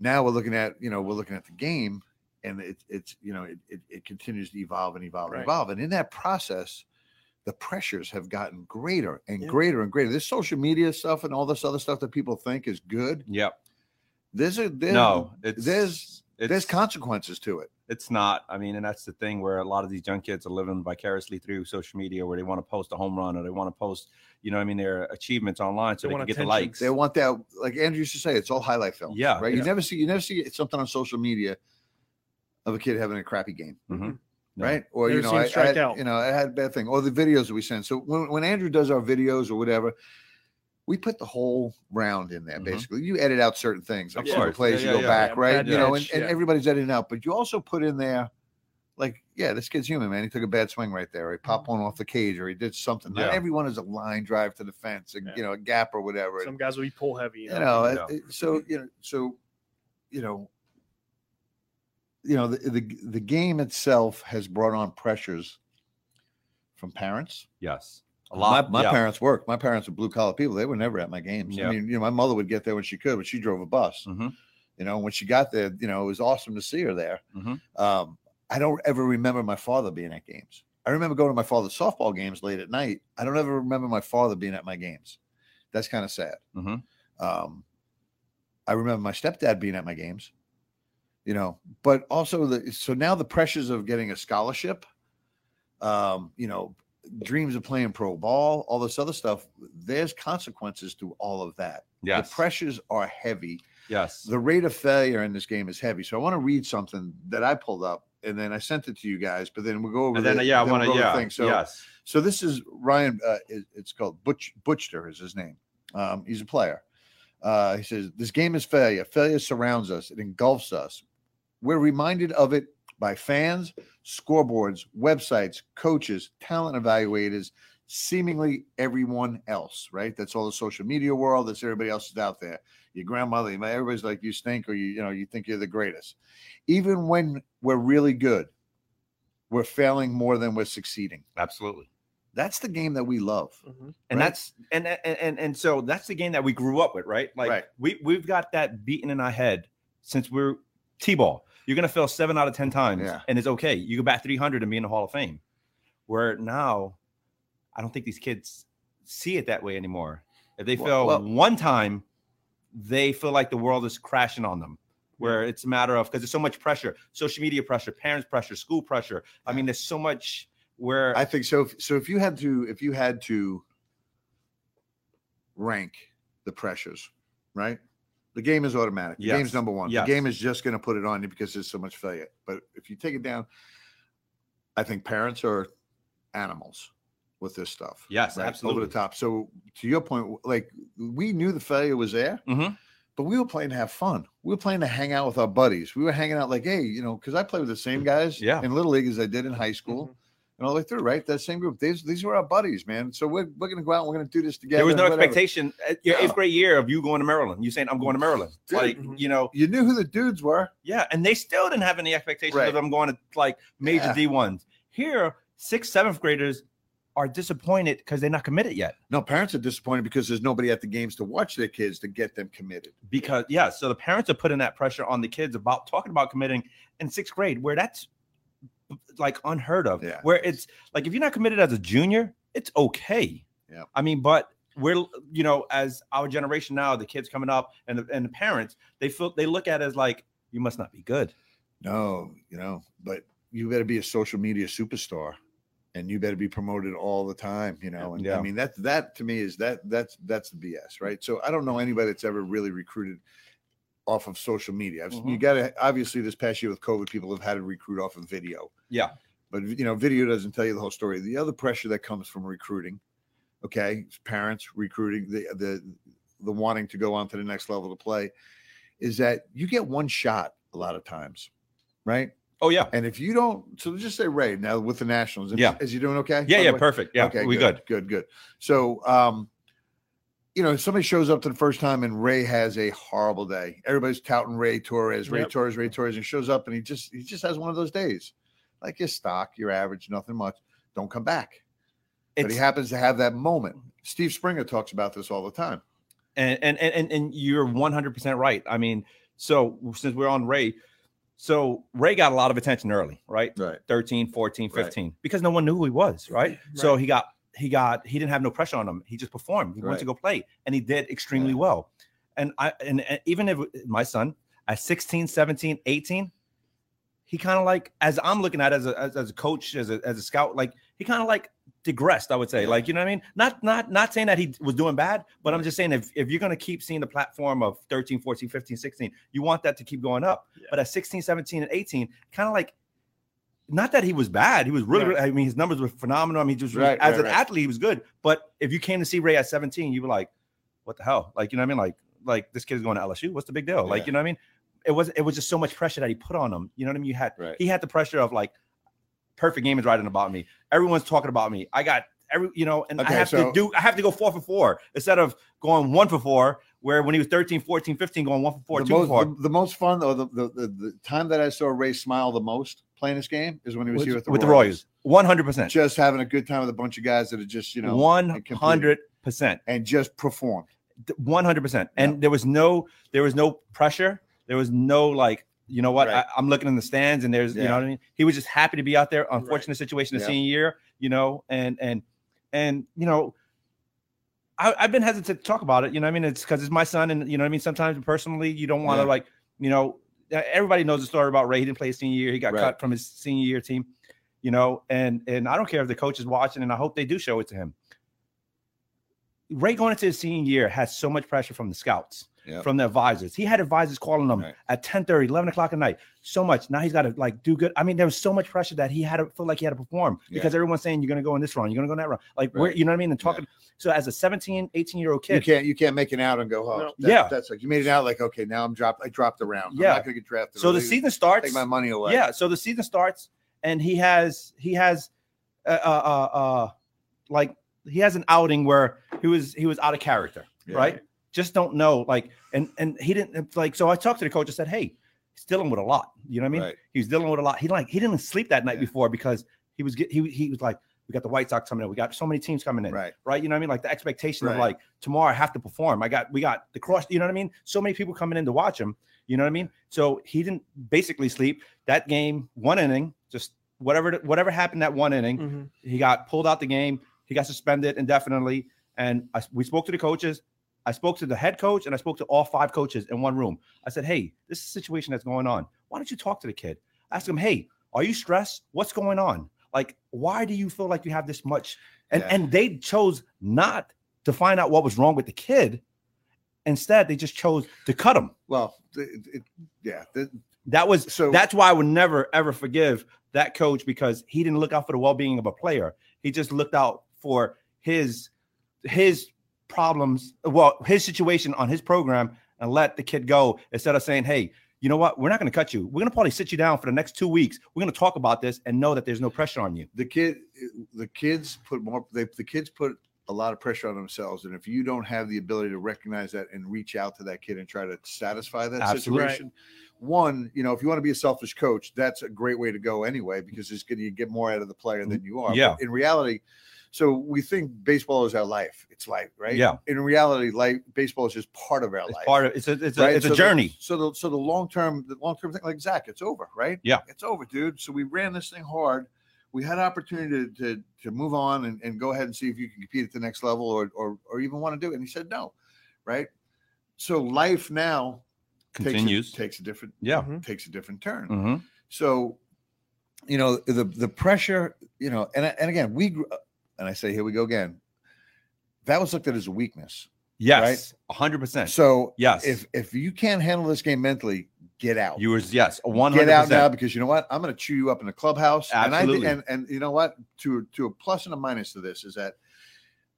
S2: Now we're looking at, you know, we're looking at the game and it, it's, you know, it, it, it continues to evolve and evolve and
S5: Right.
S2: evolve. And in that process, the pressures have gotten greater and
S5: Yeah.
S2: greater and greater. This social media stuff and all this other stuff that people think is good.
S3: Yep.
S2: There's a, there's,
S3: no, it's
S2: there's,
S3: it's,
S2: there's consequences to it.
S3: it's not. I mean, and that's the thing where a lot of these young kids are living vicariously through social media, where they want to post a home run or they want to post, you know, what I mean, their achievements online so
S5: They
S3: they, can
S5: want
S3: get the
S5: attention.
S3: likes.
S2: They want that, like Andrew used to say, it's all highlight film.
S3: Yeah,
S2: right. You
S3: yeah.
S2: never see you never see something on social media of a kid having a crappy game,
S3: Mhm. No.
S2: right? Or you
S5: Never
S2: know,
S5: seen
S2: I, I
S5: strike
S2: had,
S5: out.
S2: you know, I had a bad thing. Or the videos that we send. So when, when Andrew does our videos or whatever, we put the whole round in there.
S3: Mhm.
S2: Basically, you edit out certain things, like
S5: Of
S2: certain
S3: course.
S2: plays
S3: Yeah,
S2: you
S3: yeah,
S2: go
S3: yeah.
S2: back,
S5: Yeah,
S2: right?
S5: bad
S2: You know, and,
S5: pitch,
S2: and
S5: yeah.
S2: everybody's editing out, but you also put in there. Like, yeah, this kid's human, man. He took a bad swing right there. or He popped one off the cage, or he did something.
S3: Mm-hmm. Yeah.
S2: Not everyone is a line drive to the fence, a,
S5: Yeah.
S2: you know, a gap or whatever.
S5: Some guys will be pull heavy.
S2: you know, it-
S3: Yeah.
S2: it- so you know so you know you know the, the the game itself has brought on pressures from parents
S3: Yes. A lot.
S2: my, my
S3: yeah.
S2: parents work my parents are blue collar people they were never at my games
S3: Yeah.
S2: i mean you know my mother would get there when she could but she drove a bus
S3: Mhm.
S2: you know when she got there you know it was awesome to see her there
S3: Mhm.
S2: um i don't ever remember my father being at games i remember going to my father's softball games late at night i don't ever remember my father being at my games that's kind of sad
S3: Mhm.
S2: um, I remember my stepdad being at my games, you know, but also the so now the pressures of getting a scholarship, um, you know, dreams of playing pro ball, all this other stuff, there's consequences to all of that.
S3: Yes.
S2: The pressures are heavy.
S3: Yes.
S2: The rate of failure in this game is heavy. So I want to read something that I pulled up and then I sent it to you guys, but then we'll go over
S3: and then
S2: the-
S3: yeah, I
S2: we'll
S3: want
S2: go
S3: to
S2: over the
S3: yeah.
S2: thing. So
S3: yes.
S2: so this is Ryan. Uh, it- it's called Butch Butcher is his name. Um, he's a player. Uh, he says this game is failure. Failure surrounds us. It engulfs us. We're reminded of it by fans, scoreboards, websites, coaches, talent evaluators, seemingly everyone else. Right? That's all the social media world. That's everybody else is out there. Your grandmother, your mother, everybody's like you stink, or you you know you think you're the greatest. Even when we're really good, we're failing more than we're succeeding.
S3: Absolutely.
S2: That's the game that we love.
S5: Mhm.
S3: and
S2: right?
S3: that's and and and and so that's the game that we grew up with, right? Like
S2: Right.
S3: we we've got that beaten in our head since we're t-ball. You're gonna fail seven out of ten times,
S2: Yeah.
S3: and it's okay. You go back 300 and be in the Hall of Fame. Where now, I don't think these kids see it that way anymore. If they
S2: Well-
S3: fail
S2: well-
S3: one time, they feel like the world is crashing on them. Where it's a matter of because there's so much pressure, social media pressure, parents pressure, school pressure. I mean, there's so much where
S2: I think so. If- So if you had to, if you had to rank the pressures, right? The game is automatic. The
S3: Yes.
S2: game's number one.
S3: Yes.
S2: The game is just going to put it on you because there's so much failure. But if you take it down, I think parents are animals with this stuff.
S3: Yes, absolutely.
S2: Over the top. So to your point, like we knew the failure was there,
S3: Mhm.
S2: but we were playing to have fun. We were playing to hang out with our buddies. We were hanging out like, hey, you know, because I play with the same guys
S3: Mm, Yeah. Mm-hmm.
S2: in little league as I did in high school. And all the way through, right? That same group. These these were our buddies, man. So we're, we're gonna go out and we're gonna do this together.
S3: there was no
S2: and whatever.
S3: expectation at your
S2: No.
S3: eighth grade year of you going to Maryland. You saying I'm going to Maryland,
S2: Dude. Mm-hmm.
S3: like
S5: Mhm.
S3: you know,
S2: You knew who the dudes were.
S3: yeah. And they still didn't have any expectations
S2: Right.
S3: of them going to like major
S2: Yeah.
S3: D ones. Here, sixth, seventh graders are disappointed because they're not committed yet.
S2: No, parents are disappointed because there's nobody at the games to watch their kids to get them committed.
S3: Because yeah, so the parents are putting that pressure on the kids about talking about committing in sixth grade, where that's like unheard of.
S2: Yeah.
S3: Where it's like if you're not committed as a junior, it's okay.
S2: Yeah.
S3: I mean, but we're you know, as our generation now, the kids coming up and the, and the parents, they feel they look at it as like you must not be good.
S2: No, you know, but you better be a social media superstar and you better be promoted all the time, you know. And I
S3: Yeah.
S2: mean that that to me is that that's that's the BS, right? So I don't know anybody that's ever really recruited off of social media. I've, You
S3: Mhm.
S2: gotta obviously this past year with COVID, people have had to recruit off of video.
S3: Yeah.
S2: But you know, video doesn't tell you the whole story. The other pressure that comes from recruiting, okay, it's parents recruiting the the the wanting to go on to the next level to play, is that you get one shot a lot of times, right?
S3: Oh yeah.
S2: And if you don't, so just say Ray now with the Nationals. and-
S3: Yeah.
S2: Is he doing okay? by
S3: Yeah,
S2: the
S3: yeah,
S2: way?
S3: perfect. Yeah, we good.
S2: Good, good. So, um, you know, if somebody shows up to the first time and Ray has a horrible day. Everybody's touting Ray Torres, Ray
S5: Yep.
S2: Torres, Ray Torres, and shows up and he just he just has one of those days, like your stock, your average, nothing much. Don't come back. but
S3: It's,
S2: he happens to have that moment. Steve Springer talks about this all the time.
S3: and, and and and and you're 100% right. I mean, so since we're on Ray, so Ray got a lot of attention early, right?
S2: Right.
S3: 13 14
S2: Right.
S3: 15 because no one knew who he was right? so he got he got he didn't have no pressure on him he just performed he went to
S2: Right.
S3: go play and he did extremely
S2: Yeah.
S3: well and i and, and even if my son at 16 17 18 he kind of like as i'm looking at it as a as, as a coach as a, as a scout like he kind of like digressed i would say
S2: Yeah.
S3: like you know what i mean not not not saying that he was doing bad but i'm just saying if, if you're going to keep seeing the platform of 13 14 15 16 you want that to keep going up
S5: Yeah.
S3: but at 16 17 and 18 kind of like not that he was bad. He was really,
S5: Right.
S3: really- I mean, his numbers were phenomenal. I mean, he just
S2: Right,
S3: as
S2: right,
S3: an
S2: right.
S3: athlete, he was good. But if you came to see Ray at 17, you were like, what the hell? Like, you know what I mean? Like, like this kid's going to LSU. What's the big deal? Like,
S2: Yeah.
S3: you know what I mean? It was it was just so much pressure that he put on him. You know what I mean? You had
S2: Right.
S3: he had the pressure of like perfect game is writing about me. Everyone's talking about me. I got every you know, and
S2: Okay,
S3: I have
S2: so-
S3: to do I have to go four for four instead of going one for four, where when he was 13, 14, 15, going one for four,
S2: the
S3: two
S2: most,
S3: for four.
S2: The, the most fun or the, the, the, the time that I saw Ray smile the most playing this game is when he was
S3: with,
S2: here with the
S3: with the
S2: Royals.
S3: Royals. 100 percent.
S2: Just having a good time with a bunch of guys that are just, you know,
S3: 100 percent.
S2: and just performed.
S3: one hundred percent. And there was no there was no pressure. There was no like you know what
S2: Right.
S3: I, I'm looking in the stands and there's you
S2: Yeah.
S3: know what I mean. He was just happy to be out there. Unfortunate situation the
S2: Yeah.
S3: senior year, you know, and and and you know. I, I've been hesitant to talk about it, you know. What I mean, it's because it's my son, and you know, what I mean. Sometimes personally, you don't want to
S2: Yeah.
S3: like, you know. Everybody knows the story about Ray. He didn't play his senior year. He got
S2: Right.
S3: cut from his senior year team, you know. And and I don't care if the coach is watching, and I hope they do show it to him. Ray going into his senior year had so much pressure from the scouts,
S2: Yep.
S3: from the advisors. He had advisors calling him
S2: Right.
S3: at 10 11 o'clock at night. So much. Now he's got to like do good. I mean, there was so much pressure that he had to feel like he had to perform
S2: Yeah.
S3: because everyone's saying you're going to go in this round, you're going to go in that round. Like, where,
S2: Right.
S3: you know what I mean? And talking. So as a 17, 18 year old
S2: You
S3: kid,
S2: can't you can't make it out and go, oh,
S5: No.
S2: that-
S3: Yeah.
S2: that's like you made it out like okay, now I'm dropped. I dropped the round. I'm
S3: Yeah.
S2: not gonna get drafted.
S3: so
S2: Or
S3: the
S2: they
S3: season starts.
S2: take my money away.
S3: Yeah, so the season starts, and he has he has uh, uh, uh, uh like he has an outing where he was he was out of character,
S2: Yeah.
S3: right? Just don't know, like, and and he didn't like. So I talked to the coach. I said, "Hey, he's dealing with a lot. You know what I mean?
S2: Right.
S3: He was dealing with a lot. He like he didn't sleep that night
S2: Yeah.
S3: before because he was get, he he was like, we got the White Sox coming in, we got so many teams coming in,
S2: Right.
S3: right? You know what I mean? Like the expectation
S2: Right.
S3: of like tomorrow I have to perform. I got we got the cross. You know what I mean? So many people coming in to watch him. You know what I mean? So he didn't basically sleep that game. One inning, just whatever whatever happened that one inning,
S5: Mhm.
S3: he got pulled out the game. He got suspended indefinitely. And I, we spoke to the coaches. I spoke to the head coach and I spoke to all five coaches in one room. I said, Hey, this is a situation that's going on. Why don't you talk to the kid? Ask him, Hey, are you stressed? What's going on? Like, why do you feel like you have this much? And
S2: Yeah.
S3: and they chose not to find out what was wrong with the kid. Instead, they just chose to cut him.
S2: Well, it, it- yeah, the-
S3: That was
S2: So-
S3: that's why I would never ever forgive that coach because he didn't look out for the well-being of a player. He just looked out for his his problems, well, his situation on his program and let the kid go instead of saying, "Hey, you know what? We're not going to cut you. We're going to probably sit you down for the next 2 weeks. We're going to talk about this and know that there's no pressure on you."
S2: the kid the kids put more they the kids put a lot of pressure on themselves and if you don't have the ability to recognize that and reach out to that kid and try to satisfy that
S3: Absolutely. Right.
S2: situation one you know if you want to be a selfish coach that's a great way to go anyway because it's going to get more out of the player than you are
S3: Yeah.
S2: But in reality so we think baseball is our life it's life right
S3: Yeah.
S2: in reality life baseball is just part of our
S3: It's
S2: life
S3: part of it's a it's a,
S2: right?
S3: it's a
S2: So the-
S3: journey.
S2: so the so the long term the long term thing like Zach, it's over, right?
S3: Yeah.
S2: it's over, dude. So we ran this thing hard. We had opportunity to to, to move on and, and go ahead and see if you can compete at the next level or or or even want to do it. And he said no, right? So life now takes a-
S3: Continues.
S2: takes a, different
S3: yeah.
S5: Mhm.
S2: takes a different turn.
S3: hmm
S2: So, you know, the the pressure, you know, and and again, we grew, and I say here we go again. That was looked at as a weakness.
S3: Yes. a 100%.
S2: So
S3: yes.
S2: if if you can't handle this game mentally, get out.
S3: you was yes, 100%.
S2: get out now because you know what? I'm going to chew you up in the clubhouse. And
S3: Absolutely.
S2: I thi- and and you know what? To to a plus and a minus to this is that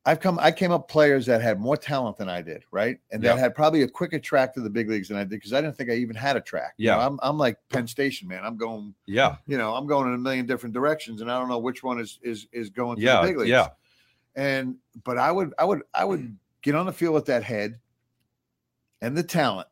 S2: I've come I came up players that had more talent than I did, right? And that
S3: Yeah.
S2: had probably a quicker track to the big leagues than I did because I didn't think I even had a track. You know,
S3: Yeah.
S2: I'm I'm like Penn Station, man. I'm going,
S3: Yeah.
S2: you know, I'm going in a million different directions and I don't know which one is is is going to the
S3: Yeah.
S2: big leagues.
S3: Yeah.
S2: And but I would I would I would get on the field with that head and the talent.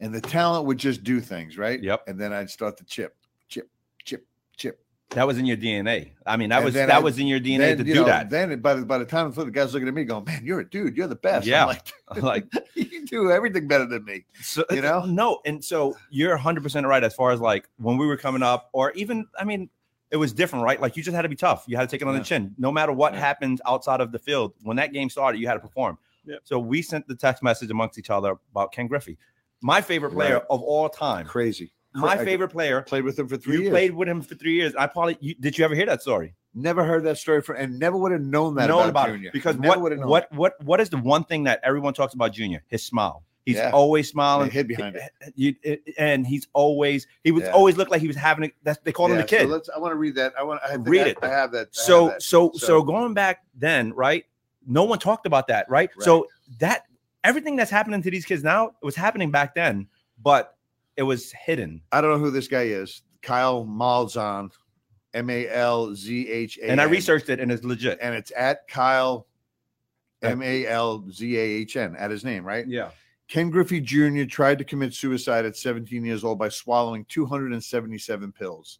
S2: And the talent would just do things, right?
S3: Yep.
S2: And then I'd start to chip, chip, chip, chip.
S3: That was in your DNA. I mean, that
S2: And
S3: was
S2: then
S3: that
S2: I-
S3: was in your DNA
S2: then,
S3: to
S2: you
S3: do
S2: know,
S3: that.
S2: Then by the by the time the guy's looking at me going, Man, you're a dude, you're the best. I'm
S3: Yeah.
S2: like,
S3: like
S2: you do everything better than me.
S3: so, oh,
S2: You know?
S3: no, and so you're 100 percent right as far as like when we were coming up, or even I mean, it was different, right? Like you just had to be tough. You had to take it on
S2: Yeah.
S3: the chin, no matter what
S2: Yeah.
S3: happens outside of the field. When that game started, you had to perform.
S5: Yep.
S3: So we sent the text message amongst each other about Ken Griffey, my favorite player
S2: Right.
S3: of all time.
S2: Crazy.
S3: My
S2: I
S3: favorite player.
S2: Played with him for three
S3: You
S2: years.
S3: played with him for three years. I probably you, did. You ever hear that story?
S2: never heard that story from and never would have known that
S3: known
S2: about,
S3: about,
S2: Junior.
S3: it because
S2: never
S3: what
S2: would have known
S3: what what what is the one thing that everyone talks about Junior? His smile. He's
S2: Yeah.
S3: always
S2: that.
S3: smiling.
S2: They hid behind it.
S3: you, it- and he's always he was
S2: Yeah.
S3: always looked like he was having a, that's they called him
S2: Yeah,
S3: the kid.
S2: So let's I want to read that. I want I think
S3: Read
S2: I,
S3: it.
S2: I have that. I
S3: So
S2: have that.
S3: so
S2: So-
S3: so going back then, right? No one talked about that, right? So that everything that's happening to these kids now was happening back then, but it was hidden.
S2: I don't know who this guy is. Kyle Malzahn, M A L Z H A.
S3: And I researched it and it's legit.
S2: and it's at Kyle
S3: Yeah.
S2: M A L Z A H N at his name, right?
S3: Yeah.
S2: Ken Griffey Jr. tried to commit suicide at 17 years old by swallowing 277 pills.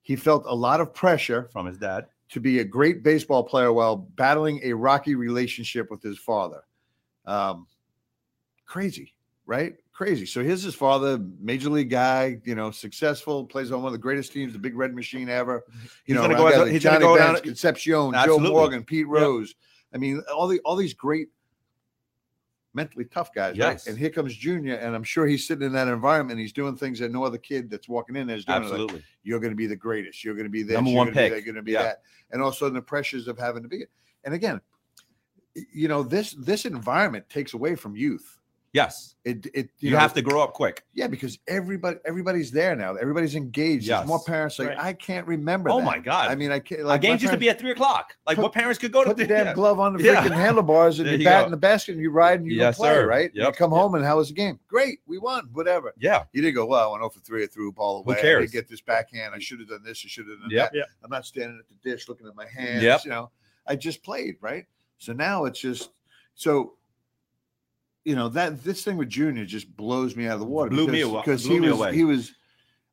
S2: He felt a lot of pressure
S3: From his dad.
S2: to be a great baseball player while battling a rocky relationship with his father. Um, crazy, right? Crazy. So here's his father, major league guy, you know, successful, plays on one of the greatest teams, the Big Red Machine ever. You
S3: He's
S2: know,
S3: gonna
S2: around
S3: go
S2: guys
S3: out-
S2: like
S3: he's gonna
S2: Johnny
S3: go
S2: Bench,
S3: down-
S2: Concepcion,
S3: Absolutely.
S2: Joe Morgan, Pete
S3: Yep.
S2: Rose. I mean, all the all these great, mentally tough guys,
S3: Yes.
S2: right? And here comes Junior, and I'm sure he's sitting in that environment. He's doing things that no other kid that's walking in there is doing. Like,
S3: Absolutely.
S2: you're going to be the greatest. You're going to be this.
S3: Number
S2: you're
S3: one
S2: gonna be
S3: pick.
S2: that, You're going to be
S3: Yeah.
S2: that. And also the pressures of having to be it. And again, y- you know this this environment takes away from youth.
S3: Yes.
S2: It it
S3: You,
S2: know,
S3: have to grow up quick.
S2: yeah because everybody everybody's there now. Everybody's engaged. There's
S3: Yes.
S2: more parents like
S5: Right.
S2: I can't remember.
S3: Oh
S2: that.
S3: my God.
S2: I mean, I can't.
S3: Our
S2: Like
S3: games used to be at three o'clock. Like
S2: Put-
S3: what parents could go to
S2: put the
S3: three-
S2: damn
S3: yeah.
S2: glove on the
S3: Yeah.
S2: freaking handlebars and
S3: There
S2: you,
S3: you
S2: bat
S3: go.
S2: in the basket and you ride and you go
S3: Yes,
S2: play
S3: sir.
S2: right. You
S3: Yep.
S2: come home and how was the game? Great, we won. Whatever.
S3: Yeah.
S2: You didn't go, well, I went over three. I threw a ball
S3: Who
S2: away. I
S3: cares?
S2: didn't get this backhand. I should have done this. I should have done
S3: Yep.
S2: that.
S5: Yep.
S2: I'm not standing at the dish looking at my hands.
S3: Yep.
S2: You know, I just played, right? So now it's just so you know that this thing with Junior just blows me out of the water.
S3: Blew me
S2: because-
S3: awa-
S2: because
S3: blew
S2: he
S3: me
S2: was
S3: away.
S2: he was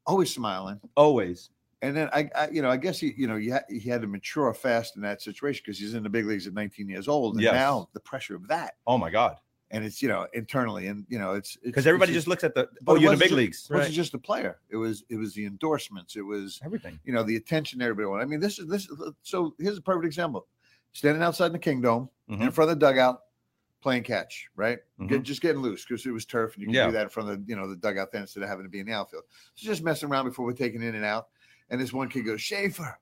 S2: always smiling.
S3: Always.
S2: And then I, I you know, I guess he, you know, he, ha- he had to mature fast in that situation because he's in the big leagues at 19 years old, and
S3: Yes.
S2: now the pressure of that,
S3: Oh my God.
S2: and it's you know internally, and you know it's
S3: Because everybody just looks at the
S2: but
S3: oh,
S2: it
S3: you're in
S2: wasn't
S3: the big
S2: ju-
S3: leagues.
S2: it wasn't
S5: Right.
S2: just the player. It was it was the endorsements. It was
S3: Everything.
S2: you know the attention everybody wanted. I mean, this is this. Is, so here's a perfect example: standing outside the kingdom in
S3: Mhm.
S2: front of the dugout, playing catch, right? Get,
S3: Mhm.
S2: just getting loose because it was turf, and you can
S3: Yeah.
S2: do that in front of the, you know the dugout then instead of having to be in the outfield. So just messing around before we're taking in and out. And this one kid goes, Schaefer,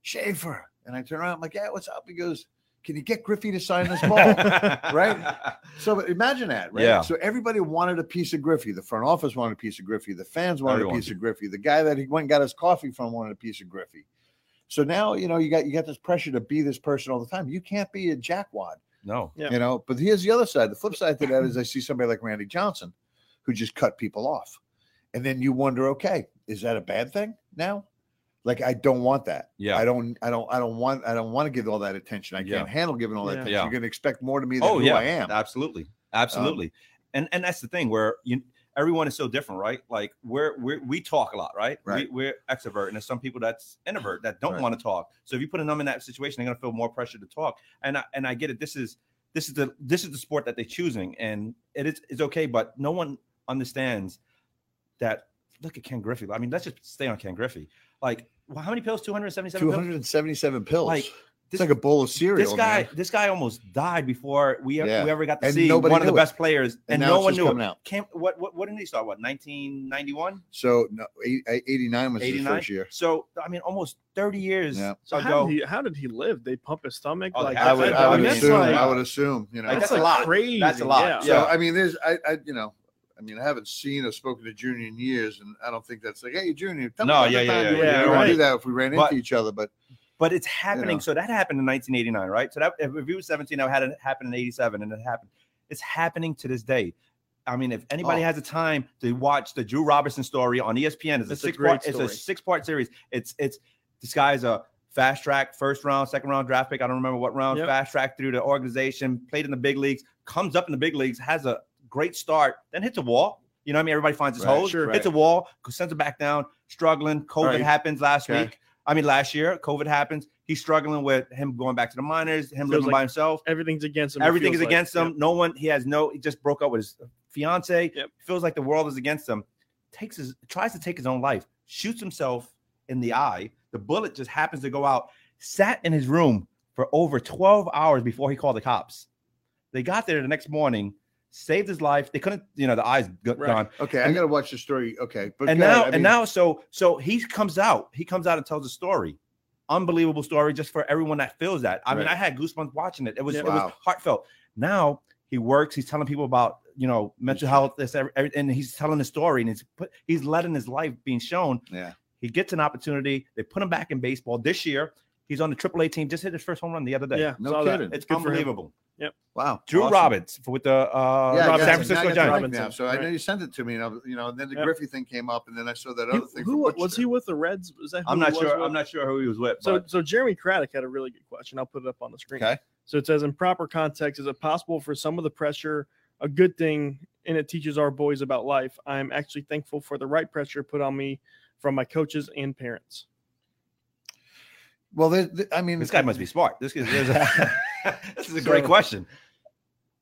S2: Schaefer, and I turn around, I'm like, yeah, what's up? He goes, Can you get Griffey to sign
S3: Mm-hmm.
S2: this ball? Right? So imagine that, right?
S3: Yeah.
S2: So everybody wanted a piece of Griffey. The front office wanted a piece of Griffey. The fans wanted
S3: Everyone.
S2: a piece of Griffey. The guy that he went and got his coffee from wanted a piece of Griffey. So now you know you got you got this pressure to be this person all the time. You can't be a jackwad,
S3: No.
S5: Yeah.
S2: you know. But here's the other side. The flip side to that is I see somebody like Randy Johnson, who just cut people off, and then you wonder, okay, is that a bad thing now? Like I don't want that.
S3: Yeah.
S2: I don't, I don't, I don't want, I don't want to give all that attention. I
S3: Yeah.
S2: can't handle giving all that
S5: Yeah.
S2: attention.
S3: Yeah.
S2: You're going to expect more to me than
S3: oh
S2: who
S3: yeah,
S2: I am. Um,
S3: absolutely, absolutely, and and that's the thing where you everyone is so different, right? Like we're, we're we talk a lot, right?
S2: Right.
S3: We, we're extrovert, and there's some people that's introvert that don't
S2: Right.
S3: want to talk. So if you put them in that situation, they're gonna feel more pressure to talk. And I and I get it. This is this is the this is the sport that they're choosing, and it is it's okay, but no one understands that. Look at Ken Griffey. I mean, let's just stay on Ken Griffey. Like, well, how many pills? Two hundred seventy-seven.
S2: Two hundred and seventy-seven pills.
S3: Like,
S2: it's
S3: this-
S2: like a bowl of cereal.
S3: this guy
S2: man.
S3: this guy almost died before we, e-
S2: Yeah.
S3: we ever got to
S2: And
S3: see
S2: nobody
S3: one of the
S2: knew it.
S3: best players and,
S2: now
S3: no
S2: it's
S3: one
S2: just
S3: knew
S2: coming
S3: it.
S2: out.
S3: Came, what, what what did he start what 1991
S2: So no, eight- eight- eighty-nine was his
S3: 89
S2: first year.
S3: so i mean almost 30 years
S2: Yeah.
S5: So how
S3: ago
S5: did, he, how did he live? They pump his stomach.
S3: Oh,
S5: like
S3: I
S2: I
S3: would-
S2: would,
S5: that's-
S2: I
S5: mean,
S2: would
S5: that's
S2: assume.
S5: like-
S2: I would assume. You know.
S3: Like,
S5: that's,
S3: that's a
S5: like
S3: lot.
S5: crazy.
S3: That's a lot.
S5: Yeah.
S2: so
S3: yeah.
S2: I mean, there's. I, I, you know, I mean, I haven't seen or spoken to Junior in years, and I don't think that's like, hey, Junior. Tell
S3: No,
S2: me about
S3: yeah,
S2: the
S3: yeah,
S2: time
S3: yeah,
S2: you were
S5: yeah,
S2: there." I wouldn't do
S5: right.
S2: that if we ran
S3: But-
S2: into each other, but
S3: but it's happening
S2: know.
S3: so that happened in 1989 right so that if we were 17 that had it happened in 87 and it happened it's happening to this day I mean, if anybody
S2: Oh.
S3: has the time to watch the Drew Robertson story on E ESPN, it's a
S5: It's a
S3: six
S5: great
S3: part, it's a
S5: story.
S3: six part series. It's it's this guy's a fast track first round, second round draft pick. I don't remember what round.
S5: Yep.
S3: Fast track through the organization, played in the big leagues, comes up in the big leagues, has a great start, then hits a wall. You know what I mean? Everybody finds his
S2: Right,
S3: holes,
S5: sure.
S3: hits a wall, sends it back down, struggling. COVID
S2: right.
S3: happens last
S2: Okay.
S3: week. I mean, last year, COVID happens. He's struggling with him going back to the minors, him
S5: Feels
S3: living
S5: like
S3: by himself.
S5: Everything's against him. it
S3: Everything is
S5: feels like.
S3: against him.
S5: Yep.
S3: No one. He has no. He just broke up with his fiance.
S5: Yep.
S3: Feels like the world is against him. Takes his tries to take his own life. Shoots himself in the eye. The bullet just happens to go out. Sat in his room for over twelve hours before he called the cops. They got there the next morning. Saved his life. They couldn't. You know the eyes g-
S5: Right.
S3: gone.
S2: okay, I
S3: And-
S2: got to watch the story. Okay, but
S3: and
S2: go ahead.
S3: now
S2: I mean,
S3: and now so so he comes out. He comes out and tells a story. Unbelievable story just for everyone that feels that. I mean,
S2: Right.
S3: I had goosebumps watching it. It was
S5: Yeah.
S3: it was
S2: Wow.
S3: heartfelt. Now he works. He's telling people about you know mental health. This every, every- and he's telling the story and he's put he's letting his life being shown.
S2: Yeah.
S3: He gets an opportunity. They put him back in baseball this year. He's on the AAA team. Just hit his first home run the other day.
S5: Yeah.
S2: No
S5: saw that.
S2: kidding.
S3: It's
S5: good for him.
S3: unbelievable.
S2: wow,
S3: Drew
S2: awesome.
S3: Roberts for, with the uh,
S2: Yeah, I got it.
S3: San
S5: Rob-
S2: Now I
S3: Francisco
S2: got the
S3: Giants.
S2: right now. So I
S5: Robinson,
S2: know
S5: right.
S2: you sent it to me, and I, was- you know, and then the
S5: Yep.
S2: Griffey thing came up, and then I saw that
S5: He-
S2: other thing.
S5: who
S2: from
S5: wa- was
S2: Wichita.
S5: he with the Reds? Was that? Who
S3: I'm
S5: he
S3: not
S5: was
S3: sure.
S5: with?
S3: I'm not sure who he was with.
S5: So,
S3: but-
S5: so Jeremy Craddock had a really good question. I'll put it up on the screen.
S3: Okay.
S5: So it says, in proper context, is it possible for some of the pressure a good thing and it teaches our boys about life? I'm actually thankful for the right pressure put on me from my coaches and parents.
S2: Well, there- there- I mean,
S3: This guy must be smart. This is, this is a, this is a great
S5: So-
S3: question.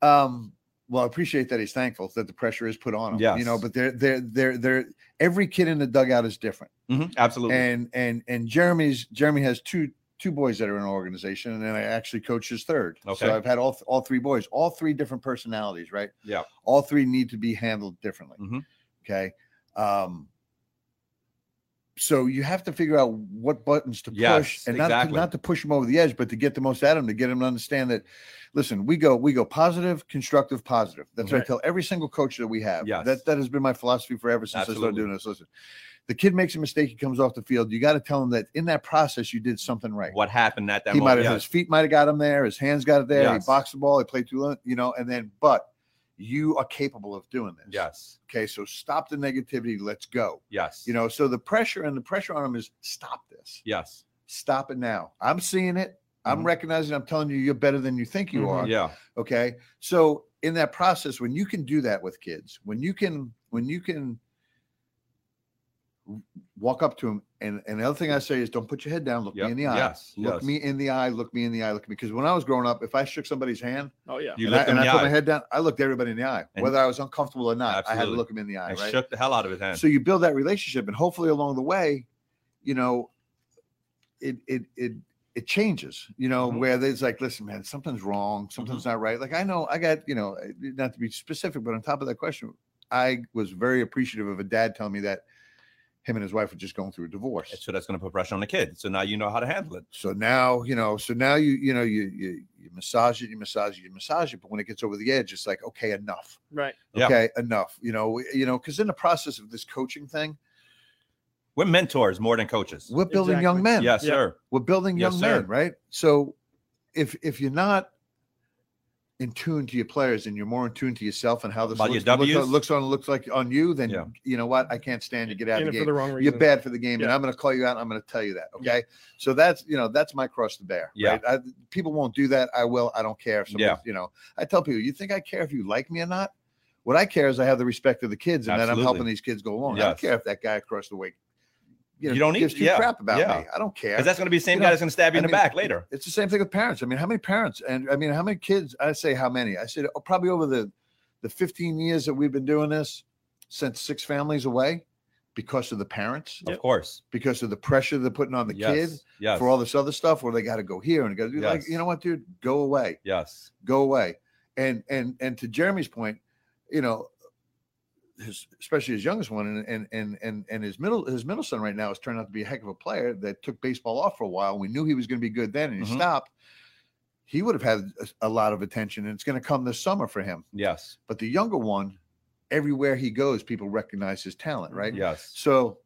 S2: Um, well, I appreciate that he's thankful that the pressure is put on him. you know,
S3: Yes.
S2: but they're they're they're they're every kid in the dugout is different.
S3: Mhm, absolutely.
S2: And and and Jeremy's Jeremy has two two boys that are in an organization, and then I actually coach his third.
S3: Okay.
S2: So I've had all th- all three boys, all three different personalities, right?
S3: Yeah.
S2: All three need to be handled differently.
S3: Mhm.
S2: Okay. Um so you have to figure out what buttons to push
S3: Yes,
S2: and not,
S3: exactly.
S2: to, not to push them over the edge, but to get the most out of them, to get them to understand that listen, we go, we go positive, constructive, positive. That's what I
S5: Right.
S2: tell every single coach that we have.
S3: Yes.
S2: That that has been my philosophy forever since I started
S3: Absolutely.
S2: doing this. Listen, the kid makes a mistake, he comes off the field. You got to tell him that in that process you did something right.
S3: what happened at that
S2: he might
S3: moment?
S2: have his feet might have got him there, his hands got it there,
S3: Yes.
S2: he boxed the ball, he played too long, you know, and then but you are capable of doing this.
S3: yes.
S2: Okay, so stop the negativity, let's go.
S3: Yes.
S2: You know, so the pressure and the pressure on him is stop this.
S3: Yes.
S2: Stop it now. I'm seeing it. I'm
S3: Mhm.
S2: recognizing, I'm telling you, you're better than you think you
S3: Mm-hmm.
S5: Mhm.
S2: are.
S3: Yeah.
S2: Okay. So in that process, when you can do that with kids, when you can, when you can walk up to them, and, and the other thing I say is don't put your head down, look
S3: Yep.
S2: me in the eye.
S3: Yes.
S2: Look
S3: yes.
S2: me in the eye, look me in the eye, look at me. Because when I was growing up, if I shook somebody's hand
S5: Oh yeah.
S3: You
S2: and, I,
S3: looked him
S2: and
S3: in
S2: I
S3: the
S2: put
S3: eye
S2: my head down, I looked everybody in the eye.
S3: And-
S2: Whether I was uncomfortable or not, I had to
S3: Absolutely.
S2: look them in the eye.
S3: and
S2: Right?
S3: shook the hell out of his hand.
S2: so you build that relationship and hopefully along the way you know it it it it changes you know
S3: Mhm.
S2: where there's like listen man something's wrong something's not right like i know i got you know eh, not to be specific but on top of that question i was very appreciative of a dad telling me that him and his wife were just going through a divorce
S3: so that's going to put pressure on the kid. So now you know how to handle it.
S2: so now you know so now you you know you you, you massage it, you massage it, you massage it. But when it gets over the edge, it's like, okay, enough.
S5: Right.
S3: Yeah.
S2: Okay, enough. You know, we- you know, because in the process of this coaching thing,
S3: We're mentors more than coaches.
S2: we're building young
S5: Exactly.
S2: men.
S3: yes,
S5: Yeah.
S3: sir.
S2: We're building
S3: Yes,
S2: young
S3: sir.
S2: men, right? So if if you're not in tune to your players and you're more in tune to yourself and how this
S3: About
S2: looks,
S3: your
S2: looks,
S3: Ws?
S2: looks on looks like on you, then
S3: Yeah.
S2: you know what? I can't stand you. Get out
S5: In
S2: of the
S5: it for
S2: game.
S5: the wrong
S2: you're
S5: reason.
S2: bad for the game, and
S5: Yeah.
S2: I'm going to call you out. and I'm going to tell you that.
S5: Yeah.
S2: Okay. So that's you know that's my cross to bear.
S3: Yeah.
S2: Right? I, people won't do that. I will. I don't care. If somebody,
S3: Yeah.
S2: You know, I tell people, you think I care if you like me or not? What I care is I have the respect of the kids, and that I'm
S3: Absolutely.
S2: helping these kids go along. I don't
S3: Yes.
S2: care if that guy across the way, you know,
S3: You don't need-
S2: gives two
S3: yeah,
S2: crap about
S3: yeah.
S2: me. I don't care.
S3: Because that's going to be the same
S2: You
S3: guy
S2: know,
S3: that's going to stab
S2: I
S3: you in the
S2: mean,
S3: back later.
S2: It's the same thing with parents. I mean, how many parents and I mean, how many kids? I say how many. I said oh, probably over the the 15 years that we've been doing this, sent six families away because of the parents,
S3: Of course.
S2: because of the pressure they're putting on the
S3: yes.
S2: kid
S3: Yes.
S2: for all this other stuff where they got to go here and got to do like,
S3: Yes.
S2: you know what, dude, go away,
S3: Yes.
S2: go away. And and and to Jeremy's point, you know, his, especially his youngest one and and and and and his middle his middle son right now has turned out to be a heck of a player that took baseball off for a while. We knew he was going to be good then, and he
S3: Mhm.
S2: stopped. He would have had a, a lot of attention, and it's going to come this summer for him.
S3: Yes.
S2: But the younger one, everywhere he goes, people recognize his talent, right?
S3: Yes.
S2: So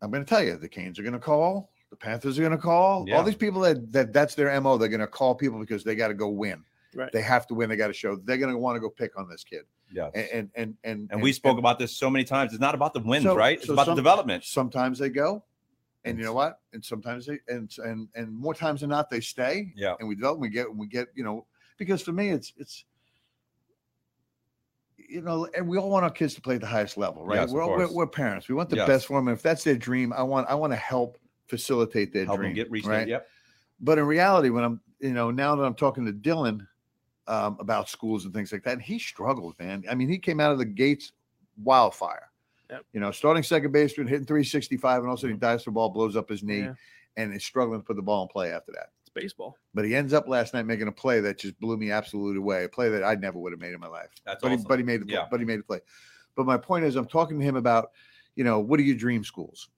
S2: I'm going to tell you, the Canes are going to call, the Panthers are going to call.
S3: Yeah.
S2: All these people that, that that's their mo. They're going to call people because they got to go win.
S5: Right.
S2: They have to win. They got to show. They're going to want to go pick on this kid.
S3: Yes.
S2: And and and and,
S3: And we spoke about this so many times. It's not about the wins, right? It's about
S2: some-
S3: the development.
S2: Sometimes they go, and you know what? And sometimes they and and and more times than not they stay.
S3: Yeah.
S2: And we develop. We get we get you know because for me it's it's. You know, and we all want our kids to play at the highest level, right?
S3: Yes, of
S2: we're, all- we're
S3: course.
S2: we're parents. We want the
S3: Yes.
S2: best for them. If that's their dream, I want I want to help facilitate their
S3: Help
S2: dream.
S3: them get reached.
S2: right?
S3: Yep.
S2: But in reality, when I'm you know now that I'm talking to Dylan um, about schools and things like that, he struggles, man. I mean, he came out of the gates wildfire.
S5: Yep.
S2: You know, starting second baseman, hitting 365, and all of a sudden he
S3: Mm-hmm.
S2: dives for the ball, blows up his knee,
S5: Yeah.
S2: and is struggling to put the ball in play after that.
S5: It's baseball.
S2: But he ends up last night making a play that just blew me absolutely away. A play that I never would have made in my life.
S3: That's
S2: but,
S3: awesome.
S2: he, but he made the
S3: Yeah.
S2: but he made the play. But my point is, I'm talking to him about, you know, what are your dream schools?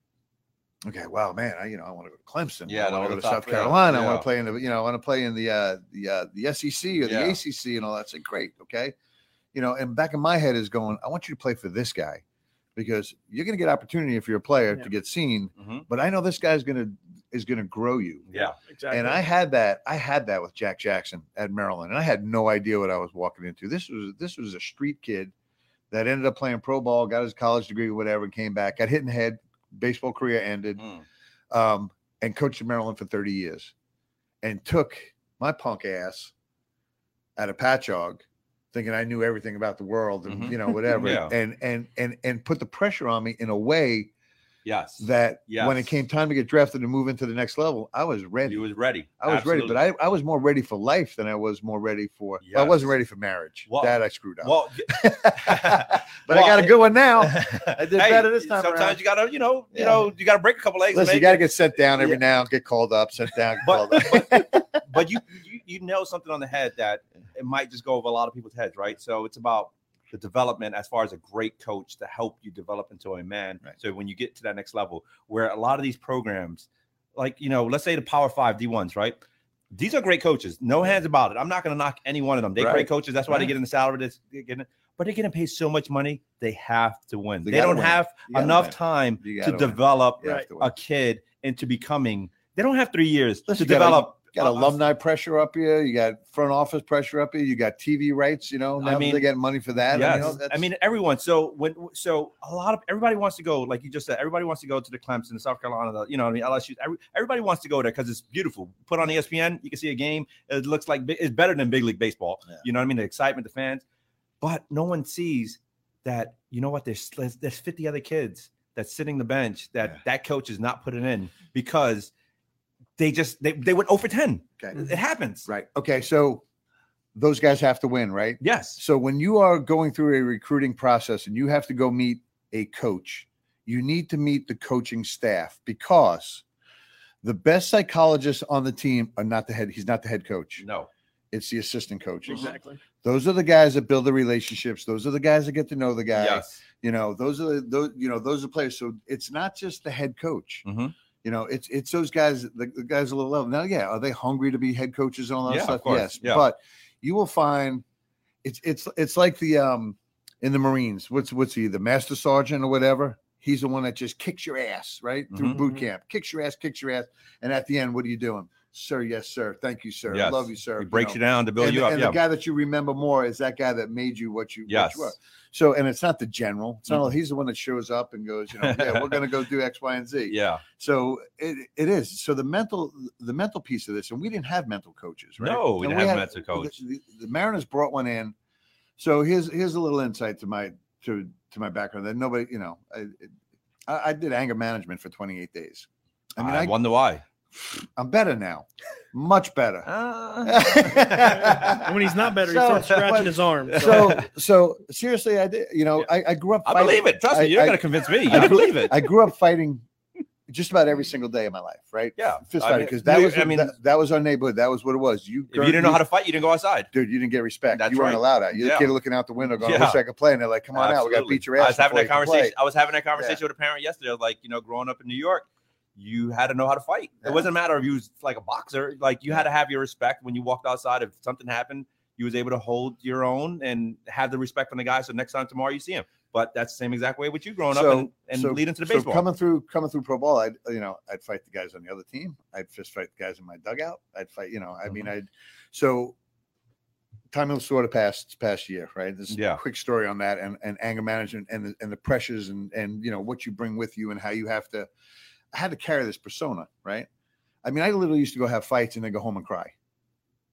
S2: Okay, wow, man, I you know I want to go to Clemson.
S3: Yeah,
S2: I want
S3: all
S2: to go
S3: the
S2: to
S3: top-
S2: South
S3: yeah,
S2: Carolina. I want
S3: yeah.
S2: to play in the you know I want to play in the uh, the uh, the SEC or
S3: Yeah.
S2: the ACC and all that. Say great, okay, you know. And back in my head is going, I want you to play for this guy because you're going to get opportunity if you're a player
S5: Yeah.
S2: to get seen.
S3: Mhm.
S2: But I know this guy's going to is going to grow you.
S3: Yeah.
S5: Exactly.
S2: And I had that. I had that with Jack Jackson at Maryland, and I had no idea what I was walking into. This was this was a street kid that ended up playing pro ball, got his college degree, whatever, and came back, got hit in the head, baseball career ended,
S3: Mm.
S2: um, and coached at Maryland for thirty years, and took my punk ass out of Patchogue, thinking I knew everything about the world and
S3: Mhm.
S2: you know whatever,
S3: Yeah.
S2: and and and and put the pressure on me in a way
S3: Yes.
S2: that when it
S3: Yes.
S2: came time to get drafted and move into the next level, I was ready.
S3: He was ready.
S2: I was ready, but I, I was more ready for life than I was more ready for. well, I wasn't
S3: Yes.
S2: ready for marriage.
S3: Well-
S2: that I screwed up.
S3: Well,
S2: but I
S3: well,
S2: got a
S3: it-
S2: good one now.
S3: I
S2: did better this time
S3: Sometimes
S2: around.
S3: you gotta, you know, you
S2: Yeah.
S3: know, you gotta break a couple eggs.
S2: Listen, you
S3: mate.
S2: got to get sent down every
S3: Yeah.
S2: now, get called up, sent down, get
S3: But-
S2: called up.
S3: but you, you you nail something on the head that it might just go over a lot of people's heads, right? So it's about the development as far as a great coach to help you develop into a man.
S2: Right.
S3: So when you get to that next level, where a lot of these programs, like you know, let's say the Power Five D ones, right? These are great coaches. No hands about it. I'm not going to knock any one of them. They're
S2: Right.
S3: great coaches. That's why they
S2: Right.
S3: get in the salary. That's they're getting, but they're getting paid so much money. They have to win.
S2: They
S3: They,
S2: gotta
S3: don't
S2: win.
S3: have
S2: You gotta
S3: enough
S2: win.
S3: time
S2: You
S3: to
S2: gotta win.
S3: develop
S2: You have
S5: Right.
S2: to win.
S3: a kid into becoming. They don't have three years
S2: Listen,
S3: to
S2: you gotta-
S3: develop.
S2: You got alumni pressure up here. You got front office pressure up here. You got TV rights. You know,
S3: I
S2: now that
S3: mean,
S2: they're getting money for that.
S3: Yes.
S2: you know,
S3: I
S2: that's-
S3: mean, everyone. So when so a lot of everybody wants to go, like you just said, everybody wants to go to the Clemson, the South Carolina, the, you know, what I mean, LSU. Every, everybody wants to go there because it's beautiful. Put on E ESPN, you can see a game. It looks like bi- it's better than big league baseball.
S2: Yeah.
S3: You know what I mean? The excitement, the fans, but no one sees that. You know what? There's there's, there's 50 other kids that's sitting the bench that
S2: Yeah.
S3: that coach is not putting in because they just they they went 0 for 10.
S2: okay.
S3: It happens.
S2: Right. Okay. So those guys have to win, right?
S3: Yes.
S2: So when you are going through a recruiting process and you have to go meet a coach, you need to meet the coaching staff because the best psychologists on the team are not the head. He's not the head coach.
S3: No.
S2: It's the assistant coaches.
S5: exactly.
S2: Those are the guys that build the relationships. Those are the guys that get to know the guy.
S3: Yes.
S2: You know, those are the those. You know, those are players. So it's not just the head coach.
S3: Mhm.
S2: You know, it's it's those guys, the, the guys a little level. Now, yeah, are they hungry to be head coaches and all that
S3: Yeah, of
S2: stuff?
S3: course.
S2: Yes.
S3: Yeah.
S2: But you will find it's it's it's like the um in the Marines. What's what's he, the master sergeant or whatever? He's the one that just kicks your ass, right? Through
S3: Mhm.
S2: boot camp. Kicks your ass, kicks your ass. And at the end, what are you doing? Sir, yes, sir. Thank you, sir. I
S3: Yes.
S2: Love you, sir.
S3: He breaks
S2: know
S3: you down to build
S2: and,
S3: you
S2: the-
S3: up.
S2: and
S3: Yeah.
S2: the guy that you remember more is that guy that made you what you, what
S3: yes.
S2: you are. So, and it's not the general. It's
S3: Mm-hmm.
S2: not, he's the one that shows up and goes, you know, yeah, we're going to go do X, Y, and Z.
S3: Yeah.
S2: So it, it is. So the mental, the mental piece of this, and we didn't have mental coaches, right?
S3: No, we
S2: And
S3: didn't have mental coach.
S2: The, the Mariners brought one in. So here's, here's a little insight to my, to, to my background that nobody, you know, I, I, I did anger management for 28 days. I
S3: I,
S2: mean, I,
S3: wonder why.
S2: I'm better now, much better. Uh.
S5: And when he's not better, he
S2: So-
S5: starts scratching
S2: but-
S5: his arm.
S2: so so seriously i did you know I, I grew up
S3: I believe it. Trust
S2: I-
S3: me, you're
S2: I-
S3: not gonna convince me.
S2: I
S3: I believe it.
S2: i grew up fighting just about every single day of my life right
S3: yeah.
S2: fist
S3: I
S2: fighting
S3: mean,
S2: because that
S3: you-
S2: was
S3: I mean,
S2: that, that was our neighborhood that was what it was you,
S3: if you didn't know how to fight, you didn't go outside.
S2: dude you didn't get respect
S3: That's
S2: you weren't
S3: right.
S2: allowed out you're
S3: Yeah.
S2: the kid looking out the window going i
S3: Yeah.
S2: wish i could play and they're like come on out we gotta
S3: Absolutely.
S2: beat your ass
S3: I was having that
S2: before you can play."
S3: conversation. I was having that conversation with a parent yesterday. I was Like, you know, growing up in New York, you had to know how to fight.
S2: Yeah.
S3: It wasn't a matter of you was like a boxer. Like you had to have your respect when you walked outside. If something happened, you was able to hold your own and have the respect from the guy. So next time tomorrow you see him. But that's the same exact way with you growing up and, and leading to the
S2: so
S3: baseball.
S2: coming through, coming through pro ball, I'd you know I'd fight the guys on the other team. I'd fist fight the guys in my dugout. I'd fight, you know. I mean,
S3: Mm-hmm.
S2: I'd so time will sort of past this past year, right? This is
S3: Yeah.
S2: a quick story on that and and anger management and the, and the pressures and and you know what you bring with you and how you have to. I had to carry this persona, right? I mean, I literally used to go have fights and then go home and cry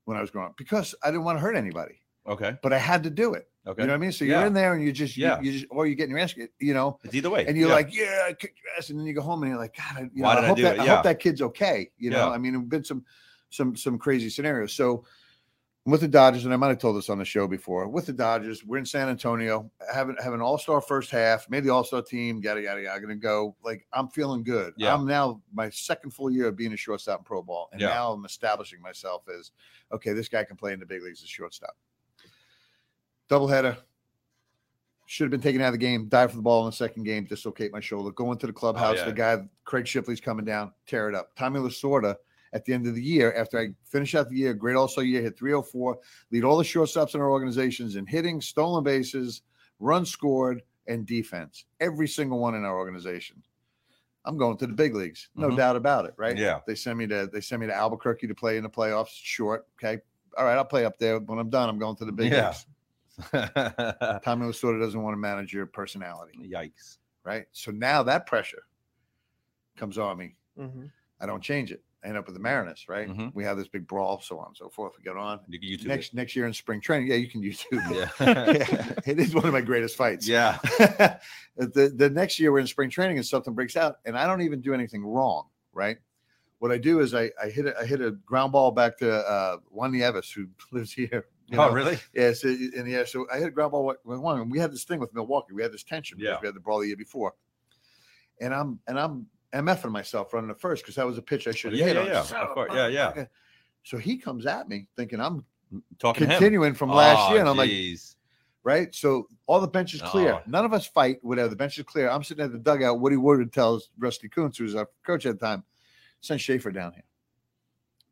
S2: when I was growing up because I didn't want to hurt anybody,
S3: okay.
S2: but I had to do it.
S3: Okay.
S2: You know what I mean? So
S3: Yeah.
S2: you're in there and you just, yeah,
S3: Yeah.
S2: you, you just, or you're getting your ass, kicked, you know,
S3: it's either way.
S2: and you're
S3: Yeah.
S2: like, yeah, I kicked your ass, and then you go home and you're like, God, I, you know,
S3: Why
S2: I
S3: did I
S2: hope
S3: do
S2: that
S3: it?
S2: I
S3: Yeah.
S2: hope that kid's okay. You know,
S3: Yeah.
S2: I mean, there've been some some some crazy scenarios. So with the Dodgers, and I might have told this on the show before. With the Dodgers, we're in San Antonio, having have an All Star first half, made the All Star team, yada yada yada. Going to go like I'm feeling good.
S3: Yeah.
S2: I'm now my second full year of being a shortstop in pro ball, and
S3: Yeah.
S2: now I'm establishing myself as okay. This guy can play in the big leagues as shortstop. Doubleheader, should have been taken out of the game, dive for the ball in the second game, dislocate my shoulder, go into the clubhouse.
S3: yeah.
S2: The guy, Craig Shipley's coming down, tear it up. Tommy Lasorda at the end of the year, after I finish out the year, great all star year, hit 304, lead all the shortstops in our organizations in hitting, stolen bases, runs scored, and defense. Every single one in our organization. I'm going to the big leagues, no
S3: Mhm.
S2: doubt about it, right?
S3: Yeah.
S2: They send me to they send me to Albuquerque to play in the playoffs. Short, okay. All right, I'll play up there. When I'm done, I'm going to the big
S3: Yeah.
S2: leagues. Tommy Lasorda doesn't want to manage your personality,
S3: Yikes.
S2: right? So now that pressure comes on me.
S5: Mhm.
S2: I don't change it. I end up with the Mariners, right?
S3: Mhm.
S2: We have this big brawl, so on and so forth. We get on
S3: You can YouTube
S2: next next year in spring training. Yeah, you can YouTube. it.
S3: it.
S2: Yeah. it is one of my greatest fights.
S3: yeah.
S2: the the next year we're in spring training and something breaks out, and I don't even do anything wrong, right? What I do is I I hit a, I hit a ground ball back to uh, Juan Nieves, who lives here. you
S3: Oh,
S2: know?
S3: really?
S2: Yeah, so and yeah, so I had a ground ball with with one, and we had this thing with Milwaukee. We had this tension because
S3: Yeah.
S2: we had the brawl the year before, and I'm and I'm mfing myself running the first because that was a pitch I should have
S3: Oh, Yeah,
S2: hit
S3: yeah,
S2: on.
S3: yeah,
S2: Son
S3: of
S2: a
S3: course, yeah, yeah.
S2: motherfucker. So he comes at me thinking I'm
S3: Talking to him.
S2: continuing from last
S3: Oh,
S2: year, and I'm like,
S3: geez.
S2: right. So all the bench is clear.
S3: Oh.
S2: None of us fight. Whatever the bench is clear. I'm sitting at the dugout. Woody Woodard tells Rusty Coons, who was our coach at the time, send Schaefer down here.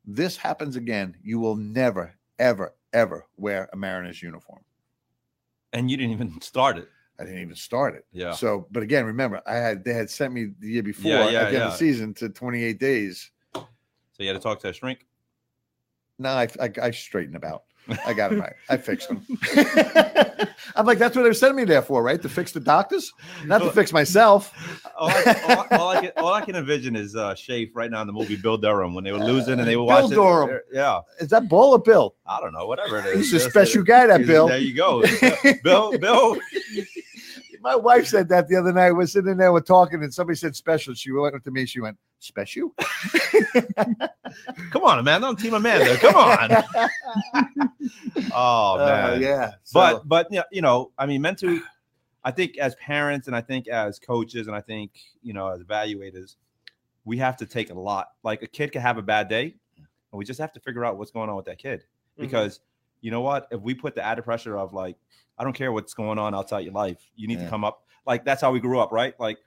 S2: This happens again. You will never, ever, ever wear a Mariners uniform.
S3: and you didn't even start it.
S2: I didn't even start it.
S3: Yeah.
S2: So, but again, remember, I had they had sent me the year before
S3: Yeah,
S2: at the
S3: yeah,
S2: end of
S3: yeah.
S2: the season to 28 days.
S3: So you had to talk to a shrink.
S2: No, I, I, I straightened them out. I got it right. I fixed them. I'm like, that's what they were sending me there for, right? To fix the doctors, not to fix myself.
S3: All I, all, all I, can, all I can envision is uh, Shafe right now in the movie Bill Durham when they were losing and they were
S2: Bill
S3: watching.
S2: Durham.
S3: Yeah,
S2: Is that Bull or Bill?
S3: I don't know, whatever it is.
S2: He's a
S3: Just-
S2: special guy, that
S3: he's-
S2: Bill.
S3: There you go, Bill. Bill.
S2: My wife said that the other night. We're sitting there, we're talking, and somebody said special. She went up to me. She went, special?
S3: Oh, Come on, man. I'm Team Amanda. Come on. Oh
S2: Uh,
S3: man.
S2: yeah. So-
S3: but but yeah, you know, I mean, mental. I think as parents and I think as coaches and I think you know as evaluators, we have to take a lot. Like a kid can have a bad day, and we just have to figure out what's going on with that kid
S2: Mm-hmm.
S5: Mhm.
S3: because you know what? If we put the added pressure of like, I don't care what's going on outside your life, you need
S2: Yeah.
S3: to come up. Like that's how we grew up, right? Like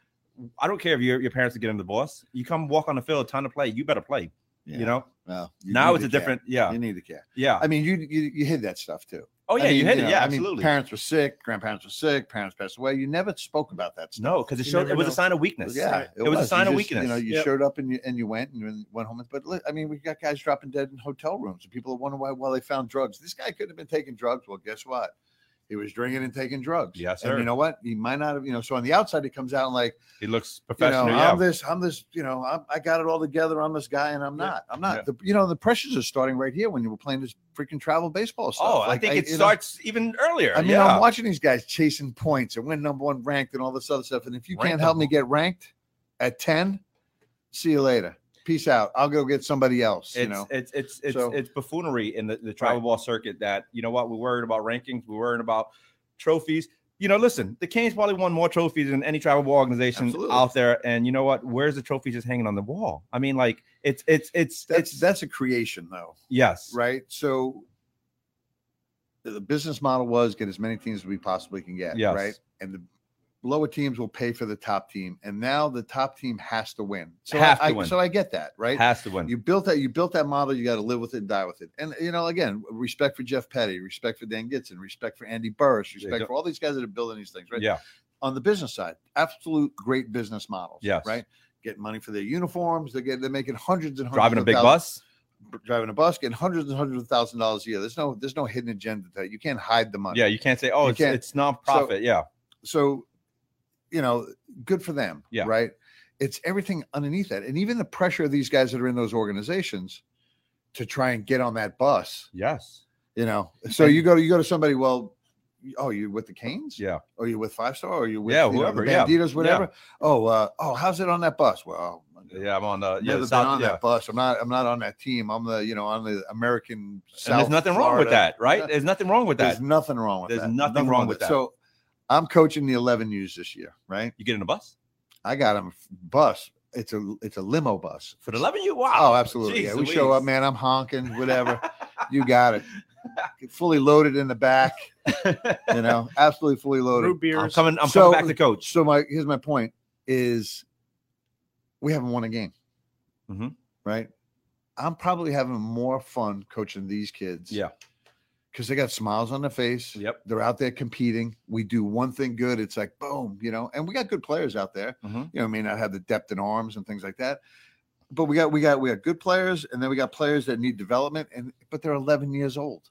S3: I don't care if your, your parents are getting divorced. You come walk on the field, time to play. You better play.
S2: Yeah.
S3: You know.
S2: Well, you
S3: now
S2: need
S3: it's
S2: the
S3: a
S2: cat.
S3: different. Yeah.
S2: You need the cat.
S3: Yeah.
S2: I mean, you you, you hid that stuff too.
S3: oh
S2: I
S3: yeah, you
S2: mean,
S3: hit it.
S2: know,
S3: Yeah,
S2: I mean,
S3: absolutely.
S2: parents were sick, grandparents were sick, parents passed away. You never spoke about that stuff.
S3: no, because it
S5: You
S3: showed
S5: never
S3: it was a
S5: know.
S3: sign of weakness.
S2: Yeah,
S3: It was a sign
S2: You
S3: of
S2: just, You know,
S3: weakness.
S2: you
S5: Yep.
S2: showed up and you and you went and you went home. But look, I mean, we got guys dropping dead in hotel rooms, and people are wondering why. Well, they found drugs. This guy could have been taking drugs. Well, guess what? He was drinking and taking drugs.
S3: Yes,
S2: and
S3: sir.
S2: you know what? He might not have. You know, so on the outside, he comes out and like,
S3: He looks
S2: you know,
S3: professional.
S2: I'm
S3: yeah.
S2: this, I'm this. You know, I'm, I got it all together. I'm this guy, and I'm
S5: Yeah.
S2: not. I'm not.
S3: Yeah.
S2: The, you know, the pressures are starting right here when you were playing this freaking travel baseball stuff.
S3: Oh, I
S2: Like,
S3: think it
S2: you know,
S3: starts even earlier.
S2: I mean,
S3: yeah.
S2: I'm watching these guys chasing points and win number one ranked and all this other stuff. And if you
S3: Rank
S2: can't help
S3: them.
S2: me get ranked at 10, see you later. Peace out. I'll go get somebody else.
S3: it's,
S2: you know,
S3: it's it's it's
S2: So-
S3: it's buffoonery in the, the travel ball circuit that you know what we're worried about rankings, we're worried about trophies. You know, listen, the Canes probably won more trophies than any travel ball organization
S2: Absolutely.
S3: out there. And you know what? Where's the trophy just hanging on the wall? I mean, like it's it's it's
S2: that's
S3: it's
S2: that's a creation though,
S3: yes,
S2: right? So the- the business model was get as many teams as we possibly can get,
S3: Yes.
S2: right? And the lower teams will pay for the top team, and now the top team has to win. So
S3: Have to
S2: I, I-
S3: win.
S2: so I get that, right?
S3: has to win.
S2: You built that. You built that model. You got to live with it and die with it. And you know, again, respect for Jeff Petty, respect for Dan Gitson, respect for Andy Burris,
S3: Yeah,
S2: respect
S3: don't-
S2: for all these guys that are building these things. Right
S3: yeah,
S2: on the business side, absolute great business models.
S3: Yes.
S2: right. Getting money for their uniforms. They're getting. They're making hundreds and hundreds.
S3: driving a
S2: of
S3: big
S2: thousands-
S3: bus.
S2: Driving a bus, getting hundreds and hundreds of thousand dollars a year. There's no. There's no hidden agenda. To that. You can't hide the money.
S3: Yeah, you can't say, oh,
S2: You
S3: it's
S2: can't-
S3: it's nonprofit. yeah,
S2: so you know good for them
S3: Yeah.
S2: right it's everything underneath that and even the pressure of these guys that are in those organizations to try and get on that bus
S3: yes,
S2: you know so you go to you go to somebody well oh you with the canes
S3: yeah,
S2: or you with five star or you with
S3: Yeah,
S2: you know,
S3: whoever,
S2: the
S3: yeah,
S2: banditos whatever oh uh, oh how's it on that bus well oh
S3: yeah. I'm on the
S2: I've
S3: yeah,
S2: never
S3: the
S2: been
S3: South,
S2: on
S3: yeah.
S2: that bus. I'm not. I'm not on that team. I'm the. You know, I'm the American.
S3: And there's
S2: South
S3: nothing wrong with
S2: Florida."
S3: that,
S2: Yeah.
S3: right? There's nothing wrong with that.
S2: There's nothing wrong with
S3: There's
S2: that.
S3: nothing wrong with that.
S2: So, I'm coaching the 11 U's this year, right?
S3: You get in a bus
S2: I got him bus. It's a it's a limo bus.
S3: for the love of you. Wow.
S2: Oh, absolutely. yeah,
S3: Jeez
S2: we show up,
S3: Louise.
S2: man. I'm honking, whatever. you got it. Fully loaded in the back, you know, absolutely fully loaded.
S5: Root beers.
S3: I'm coming. I'm
S2: So-
S3: coming back to coach.
S2: So my here's my point is we haven't won a game.
S3: Mhm.
S2: Right? I'm probably having more fun coaching these kids.
S3: Yeah.
S2: Because they got smiles on their face.
S3: Yep.
S2: They're out there competing. We do one thing good. It's like boom, you know, and we got good players out there.
S3: Mhm.
S2: You know, I mean, I have the depth in arms and things like that. But we got we got we got good players, and then we got players that need development, and but they're 11 years old.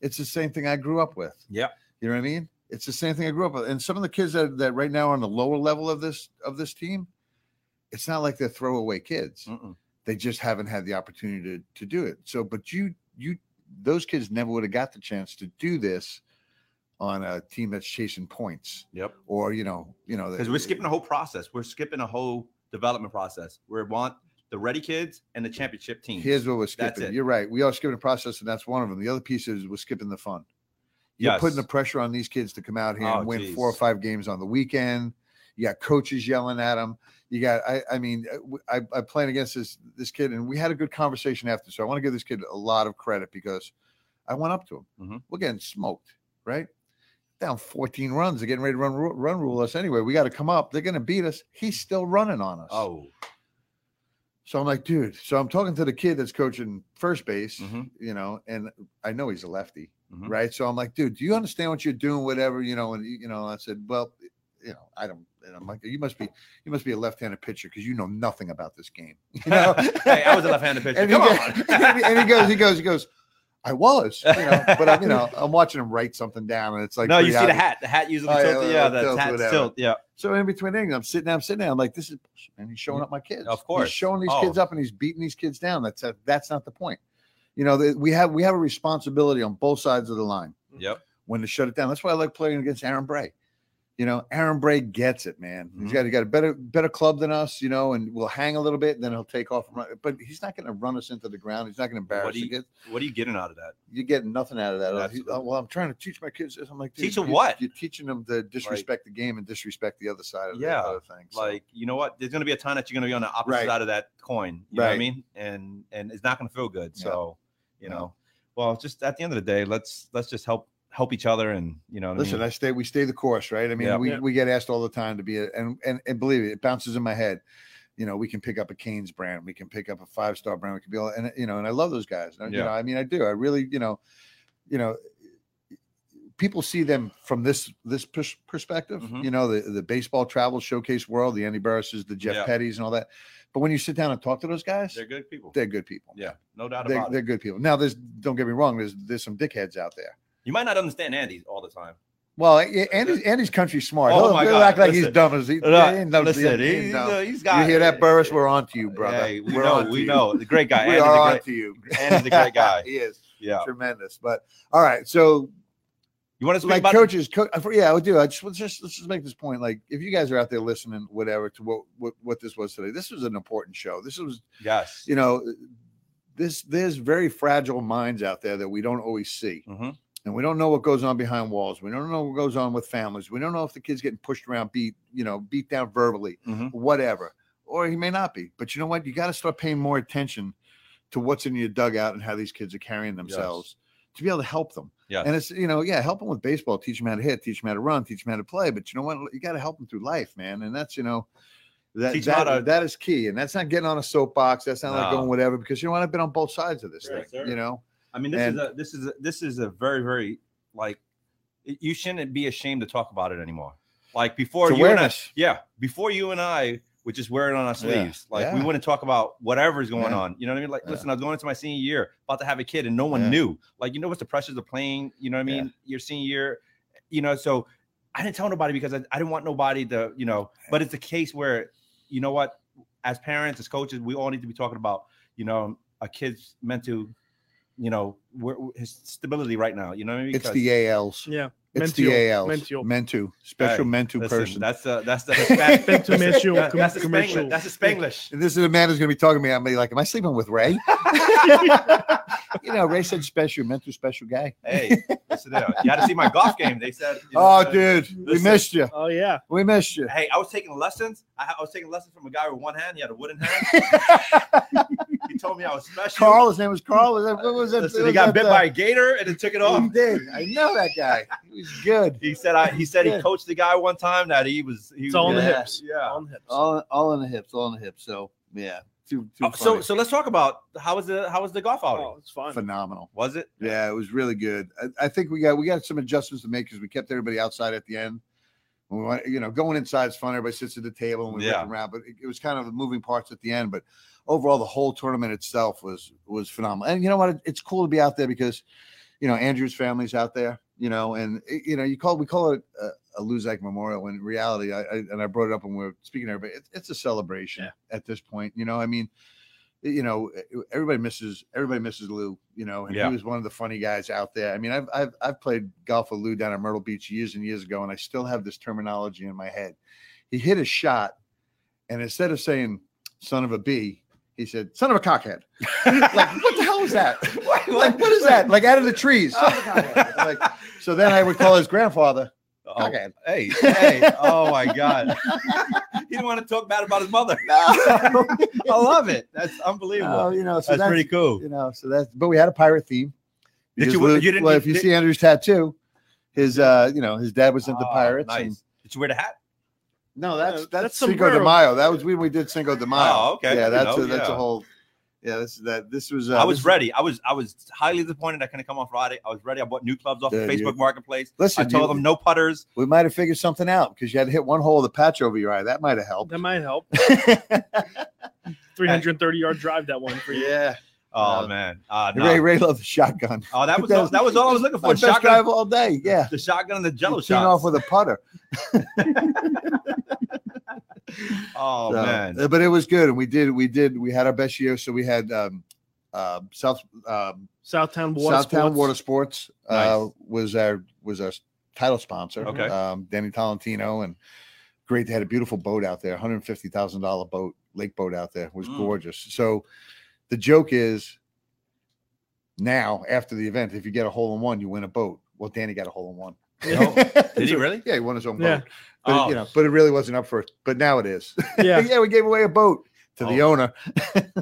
S2: It's the same thing I grew up with.
S3: Yep.
S2: You know what I mean? It's the same thing I grew up with. And some of the kids that, that right now are on the lower level of this of this team, it's not like they're throwaway kids.
S3: Mm-mm.
S2: They just haven't had the opportunity to, to do it. So, but you you those kids never would have got the chance to do this on a team that's chasing points
S3: Yep.
S2: or you know you know
S3: Because we're skipping a whole process. We're skipping a whole development process. We want the ready kids and the championship team.
S2: Here's what we're
S3: That's
S2: skipping.
S3: it.
S2: You're right. We are skipping a process, and that's one of them. The other piece is we're skipping the fun. You're putting the
S3: Yes.
S2: pressure on these kids to come out here
S3: Oh,
S2: and win four or
S3: geez.
S2: five games on the weekend. You got coaches yelling at them. You got, I, I mean, uh, w- I, I playing against this this kid, and we had a good conversation after. So I want to give this kid a lot of credit because I went up to him.
S3: Mhm.
S2: We're getting smoked, right? Down 14 runs. They're getting ready to run ru- run rule us anyway. We got to come up. They're going to beat us. He's still running on us.
S3: oh.
S2: So I'm like, dude. So I'm talking to the kid that's coaching first base,
S3: Mhm.
S2: you know, and I know he's a lefty,
S3: Mhm.
S2: right? So I'm like, dude, do you understand what you're doing? Whatever, you know, and you know, I said, well, you know, I don't. And I'm like, you must be, you must be a left-handed pitcher because you know nothing about this game. You know?
S3: hey, I was a left-handed pitcher.
S2: and, he
S3: Come
S2: go-
S3: on.
S2: and he- and he goes, he goes, he goes. I was, you know, but I'm, you know, I'm watching him write something down, and it's like,
S3: no, you
S2: pretty
S3: see the
S2: obvious.
S3: hat. The hat usually
S2: Oh, yeah,
S3: tilted.
S2: well,
S3: Yeah,
S2: it
S3: the
S2: tilts,
S3: hat
S2: whatever.
S3: tilt. Yeah.
S2: So in between innings, I'm sitting down, I'm sitting down. I'm like, this is, bullshit, man. He's showing up my kids.
S3: Mm, Of course.
S2: he's showing these
S3: Oh.
S2: kids up and he's beating these kids down. That's a, that's not the point. You know, that we have we have a responsibility on both sides of the line
S3: Mm. Yep.
S2: when to shut it down. That's why I like playing against Aaron Bray. You know, Aaron Bray gets it, man. He's
S3: Mhm.
S2: got he got a better better club than us, you know, and we'll hang a little bit, and then he'll take off. And run. But he's not going to run us into the ground. He's not going to embarrass
S3: do
S2: you.
S3: you- What are you getting out of that?
S2: You're getting nothing out of that. He-
S3: Absolutely.
S2: oh, well, I'm trying to teach my kids this. I'm like,
S3: Teach
S2: dude,
S3: them
S2: you-
S3: what?
S2: You're teaching them to disrespect the game and disrespect the other side of
S3: Yeah,
S2: the other thing. so.
S3: Like, you know what? There's gonna be a time that you're gonna be on the opposite
S2: Right.
S3: side of that coin. You know what
S2: Right.
S3: I mean? And and it's not gonna feel good.
S2: Yeah.
S3: So, you
S2: Yeah.
S3: know, well, just at the end of the day, let's let's just help help each other and you know what
S2: Listen,
S3: I
S2: I
S3: mean?
S2: stay. We stay the course, right? I mean,
S3: Yeah.
S2: we,
S5: Yeah.
S2: we get asked all the time to be, a, and and and believe it, it bounces in my head. You know, we can pick up a Canes brand, we can pick up a five star brand, we can be, all, and you know, and I love those guys. And, You
S3: Yeah.
S2: know, I mean, I do. I really, you know, you know, people see them from this this pers- perspective.
S3: Mhm.
S2: You know, the the baseball travel showcase world, the Andy Burrises, the Jeff
S3: Yeah.
S2: Petties, and all that. But when you sit down and talk to those guys,
S3: they're
S2: they're,
S3: good people.
S2: good people.
S3: yeah, no doubt
S2: They're,
S3: about
S2: they're
S3: it.
S2: good people. Now, there's don't get me wrong. There's there's some dickheads out there.
S3: You might not understand Andy all the time.
S2: Well, yeah, Andy's, Andy's country smart.
S3: Oh,
S2: he'll,
S3: my
S2: he'll
S3: God,
S2: act like he's
S3: listen.
S2: dumb as he, he ain't dumb as
S3: listen,
S2: he- he ain't
S3: he,
S2: dumb.
S3: has got.
S2: you hear that, Burris? We're on to you, brother.
S3: Hey, we
S2: We're
S3: know,
S2: on to
S3: we
S2: you.
S3: know. The great guy.
S2: We
S3: Andy's
S2: are
S3: a
S2: on
S3: great,
S2: to you.
S3: Andy's a great guy.
S2: he is
S3: Yeah.
S2: tremendous. But all right, so
S3: You want to speak
S2: like
S3: about
S2: coaches, co- uh, yeah, I do. I just let's just let's just make this point. Like, if you guys are out there listening, whatever to what what, what this was today, this was an important show. This was
S3: Yes.
S2: you know this there's very fragile minds out there that we don't always see.
S3: hmm
S2: and we don't know what goes on behind walls. We don't know what goes on with families. We don't know if the kid's getting pushed around, beat, you know, beat down verbally,
S3: Mhm.
S2: whatever. Or he may not be. But you know what? You got to start paying more attention to what's in your dugout and how these kids are carrying themselves to be able to help them.
S3: Yes.
S2: And it's, you know, yeah, help them with baseball, teach them how to hit, teach them how to run, teach them how to play. But you know what? You got to help them through life, man. And that's, you know, that,
S3: Teach 'em how
S2: that,
S3: to-
S2: that is key. And that's not getting on a soapbox. That's not like
S3: No.
S2: going whatever, because you know what? I've been on both sides of this
S3: Yes,
S2: thing,
S3: sir.
S2: you know?
S3: I mean, this
S2: And-
S3: is a this is a, this is a very very like it- you shouldn't be ashamed to talk about it anymore. Like before,
S2: It's
S3: you and I,
S2: awareness.
S3: yeah, before you and I would just wear it on our
S2: Yeah.
S3: sleeves. Like we
S2: Yeah.
S3: wouldn't talk about whatever's going
S2: Yeah.
S3: on. You know what I mean? Like,
S2: Yeah.
S3: listen, I was going into my senior year, about to have a kid, and no one
S2: Yeah.
S3: knew. Like, you know what's the pressures of playing? You know what I mean? Your senior year, you know. So I didn't tell nobody because I, I didn't want nobody to, you know. But it's a case where, you know what? As parents, as coaches, we all need to be talking about, you know, a kid's meant to, you know, where, his stability right now. You know what I mean?
S2: It's
S3: Because-
S2: the ALs.
S5: Yeah.
S2: It's the
S5: Mental.
S2: ALs.
S5: Mental.
S2: Mentu. Special
S3: Hey,
S2: Mentu
S3: listen,
S2: person.
S3: That's the that's the Hispanic. that's,
S5: Mental, mental,
S3: the- that's the
S5: com- commercial.
S3: Spanglish. That's the Spanglish.
S2: and this is a man who's going to be talking to me. I'm gonna be like, am I sleeping with Ray? you know, Ray said special, Mentu special guy.
S3: hey, listen there. You had to see my golf game. They said, you know,
S2: Oh,
S3: uh,
S2: dude, we
S3: listen.
S2: missed you.
S5: Oh yeah.
S2: We missed you.
S3: Hey, I was taking lessons. I, I was taking lessons from a guy with one hand. He had a wooden hand. he told me I was special.
S2: Carl, his name was Carl. Was that, what was that?
S3: Listen,
S2: was
S3: he got
S2: that,
S3: bit
S2: uh,
S3: by a gator and then took it off.
S2: He did. I know that guy. He was good.
S3: He said, "I." He said he
S2: Yeah.
S3: coached the guy one time that he was. He,
S5: It's all in the
S3: yeah, Oh,
S5: hips.
S3: Yeah.
S5: On hips.
S2: All, all in the hips. All in the hips. So yeah, too, too
S3: Oh, so so let's talk about how was the how was the golf outing?
S5: Oh, it's fun.
S2: phenomenal.
S3: Was it?
S2: Yeah, it was really good. I, I think we got we got some adjustments to make because we kept everybody outside at the end. We want you know going inside is fun. Everybody sits at the table and we
S3: Yeah.
S2: yeah. around, but it, it was kind of the moving parts at the end. But overall, the whole tournament itself was was phenomenal. And you know what? It- it's cool to be out there because you know Andrew's family's out there. You know, and it- you know you call we call it uh, a, a Luzak Memorial. In reality, I, I and I brought it up when we were speaking to everybody. It's it's a celebration
S5: Yeah.
S2: at this point. You know, I mean, you know, e, everybody misses everybody misses Lou, you know, and
S3: Yeah.
S2: he was one of the funny guys out there. I mean, I've I've I've played golf with Lou down at Myrtle Beach years and years ago, and I still have this terminology in my head. He hit a shot, and instead of saying "son of a b," he said "son of a cockhead." like, what the hell is that? like, what is that? Like, out of the trees. Son of a cockhead. like, so then I would call his grandfather
S3: Oh,
S2: cockhead.
S3: hey, hey! Oh my God! he didn't want to talk bad about his mother. I love it. That's unbelievable.
S2: Oh, you know, so
S3: that's,
S2: that's,
S3: pretty cool.
S2: you know, so that's but we had a pirate theme.
S3: Did
S2: Because
S3: you-
S2: Lou-
S3: you didn't-
S2: well, if you
S3: did-
S2: see Andrew's tattoo, his uh, you know, his dad was into
S3: Ah,
S2: pirates.
S3: Nice.
S2: and-
S3: Did you wear the hat?
S2: no,
S5: that's-
S2: that's that's,
S5: that's some
S2: Cinco de
S5: rural-
S2: Mayo. That was when we did Cinco de Mayo.
S3: Oh, okay.
S2: Yeah,
S3: You
S2: that's
S3: know,
S2: a, that's
S3: yeah.
S2: a whole. Yeah, this is that. This was. Uh,
S3: I was
S2: this-
S3: ready. I was I was highly disappointed I couldn't come on Friday. I was ready. I bought new clubs off
S2: Yeah,
S3: of Facebook
S2: you-
S3: Marketplace. I
S2: Listen,
S3: told
S2: you-
S3: them no putters.
S2: we might have figured something out because you had to hit one hole with a patch over your eye. That might have helped.
S5: That might help. 330 yard drive that one for you.
S2: yeah,
S3: Oh
S2: Uh,
S3: man, uh, no.
S2: Ray Ray loved the shotgun.
S3: oh that was
S2: That
S3: all,
S2: was-
S3: that was all I was looking
S2: My
S3: for.
S2: best
S3: Shotgun,
S2: drive all day. Yeah,
S3: the shotgun and the
S2: He
S3: jello
S2: teed off
S3: shots.
S2: with a putter.
S3: oh
S2: So,
S3: man,
S2: uh, but it was good, and we did, we did, we had our best year. So we had um, uh, South um,
S5: Southtown Water
S2: Southtown
S5: Sports.
S2: Water Sports uh, was our was our title sponsor.
S3: Okay.
S2: um, Danny Tolentino and great. They had a beautiful boat out there, hundred fifty thousand dollar boat, lake boat out there. It was
S3: Mm.
S2: gorgeous. So the joke is now after the event, if you get a hole in one, you win a boat. Well, Danny got a hole in one.
S3: No. did he
S2: So-
S3: really?
S2: Yeah, he won his own boat.
S5: Yeah.
S2: But, it-
S3: Oh.
S2: you know, but it really wasn't up for it. But now it is. Yeah,
S5: Yeah,
S2: we gave away a boat to the
S3: Oh.
S2: owner.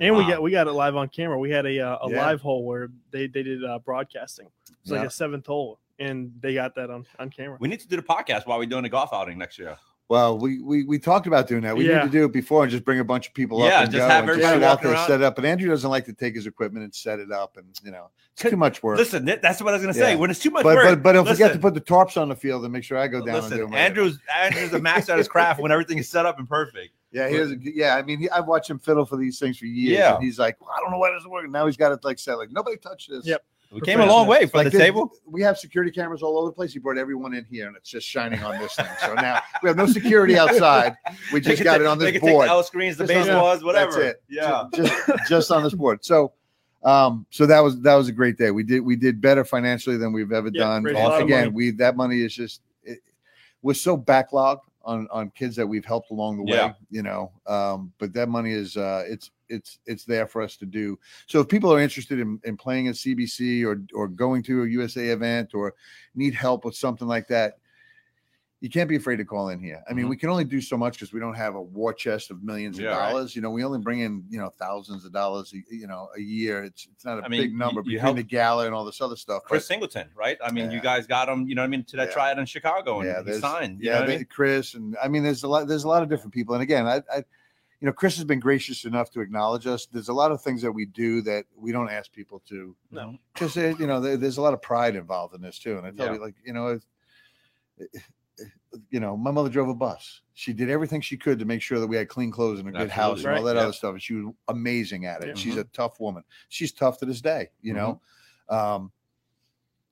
S5: and we
S3: Wow.
S5: got we got it live on camera. We had a uh, a
S2: Yeah.
S5: live hole where they they did uh, broadcasting. It's
S2: Yeah.
S5: like a seventh hole. and they got that on on camera.
S3: We need to do the podcast while we're doing a golf outing next year.
S2: Well, we, we we talked about doing that. We
S5: Yeah.
S2: need to do it before and just bring a bunch of people
S3: Yeah,
S2: up and
S3: just
S2: go
S3: have
S2: and
S3: everybody
S2: sit out
S3: walking
S2: there,
S3: around.
S2: set up. And Andrew doesn't like to take his equipment and set it up, and you know it's too much work.
S3: Listen, that- that's what I was gonna say.
S2: Yeah.
S3: When it's too much
S2: but, but
S3: work,
S2: but don't forget to
S3: listen.
S2: put the tarps on the field and make sure I go down and do
S3: Listen,
S2: them.
S3: Andrew's Andrew's a master at his craft when everything is set up and perfect.
S2: yeah, he doesn't. Yeah, I mean, he, I've watched him fiddle for these things for years.
S3: Yeah.
S2: and he's like, well, I don't know why it doesn't work. Now he's got it like set. Like nobody touched this.
S5: Yep.
S3: We came a long way from
S2: Like
S3: the
S2: this-
S3: table.
S2: We have security cameras all over the place. He brought everyone in here, and it's just shining on this thing. So now we have no security outside. We
S3: They
S2: just
S3: can
S2: got
S3: take-
S2: it on
S3: they
S2: this
S3: can
S2: board.
S3: Take the L screens, the
S2: Just on-
S3: baseballs, whatever.
S2: That's it.
S3: Yeah.
S2: Ju- Just, just on this board. So, um, so that was that was a great day. We did we did better financially than we've ever
S5: Yeah,
S2: done.
S5: raised
S3: a lot of
S2: Again,
S5: money.
S2: we that money is just it, we're so backlogged on on kids that we've helped along the way.
S3: Yeah.
S2: You know, um, but that money is uh, it's it's it's there for us to do. So if people are interested in, in playing at CBC or or going to a USA event or need help with something like that. You can't be afraid to call in here. I mean,
S3: Mhm.
S2: we can only do so much because we don't have a war chest of millions of
S3: Yeah. Right.
S2: dollars dollars, You know, we only bring in you know thousands of dollars, a- you know, a year. It's it's not a
S3: I mean,
S2: big number
S3: you-
S2: between
S3: you help-
S2: the gala and all this other stuff. but
S3: Chris Singleton, right? I mean,
S2: Yeah.
S3: you guys got him. You know what I mean? To that
S2: Yeah.
S3: tryout in Chicago, and
S2: yeah,
S3: he
S2: there's-
S3: signed. You
S2: yeah,
S3: know what I
S2: they-
S3: mean?
S2: Chris, and I mean, there's a lot. There's a lot of different people, and again, I, I, you know, Chris has been gracious enough to acknowledge us. There's a lot of things that we do that we don't ask people to
S3: No.
S2: because you know there, there's a lot of pride involved in this too. And I tell
S3: Yeah.
S2: you, like you know, it, eh, you know, my mother drove a bus. She did everything she could to make sure that we had clean clothes and a good house
S3: Absolutely.
S2: and all
S3: Right. Mm-hmm.
S2: that
S3: Yep.
S2: other stuff. And she was amazing at it.
S5: Yeah.
S2: She's a tough woman. She's tough to this day. You
S3: Mm-hmm.
S2: know, um,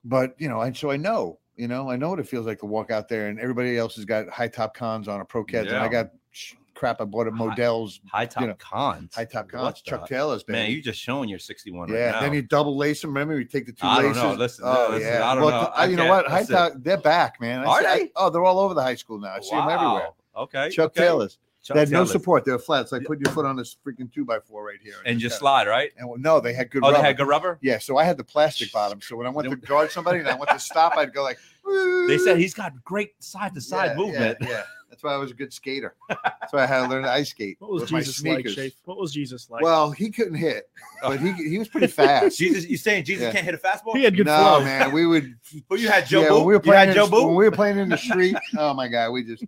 S2: but you know, and so I know. You know, I know what it feels like to walk out there and everybody else has got high top cons on or pro cats, and
S3: Yeah.
S2: I got sh- crap. I bought at
S3: Hi-
S2: Modell's
S3: High top
S2: You know,
S3: cons.
S2: high top cons.
S3: What's
S2: Chuck
S3: that?
S2: Taylor's
S3: Man,
S2: baby.
S3: you're just showing you're 61
S2: Yeah,
S3: right now.
S2: then you double lace them. Remember, you take the two
S3: I don't
S2: laces. Oh,
S3: know. Listen, listen, I don't know.
S2: I- you know
S3: Okay,
S2: what? High
S3: listen.
S2: top, they're back, man. I
S3: Are
S2: see- I-
S3: they?
S2: oh, they're all over the high school now. I see them everywhere.
S3: Wow. Okay.
S2: Chuck
S3: okay.
S2: Taylor's.
S3: Chuck
S2: they had no
S3: Taylor's.
S2: support. They were flat. It's like putting your foot on this freaking two by four right here.
S3: And just
S2: kinda-
S3: slide, right?
S2: And well, no, they had good.
S3: Oh, they
S2: rubber.
S3: had good rubber?
S2: yeah, so I had the plastic bottom. So when I went to guard somebody and I went to stop, I'd go like.
S3: They said he's got great side
S2: Yeah,
S3: to side
S2: yeah,
S3: movement.
S2: Yeah, That's why I was a good skater. That's why I had to learn to ice skate.
S5: What was
S2: with my
S5: Jesus like,
S2: sneakers.
S5: Shafe? What was Jesus like?
S2: Well, he couldn't hit, but he he was pretty fast.
S3: Jesus, you saying Jesus
S2: Yeah.
S3: can't hit a fastball?
S5: he had good
S2: no,
S5: flow.
S2: man, we would.
S3: Well, you had Joe
S2: yeah,
S3: Boo.
S2: when we were
S3: you
S2: playing
S3: had
S2: in,
S3: Joe Boo.
S2: when we were playing in the street. oh my God, we just,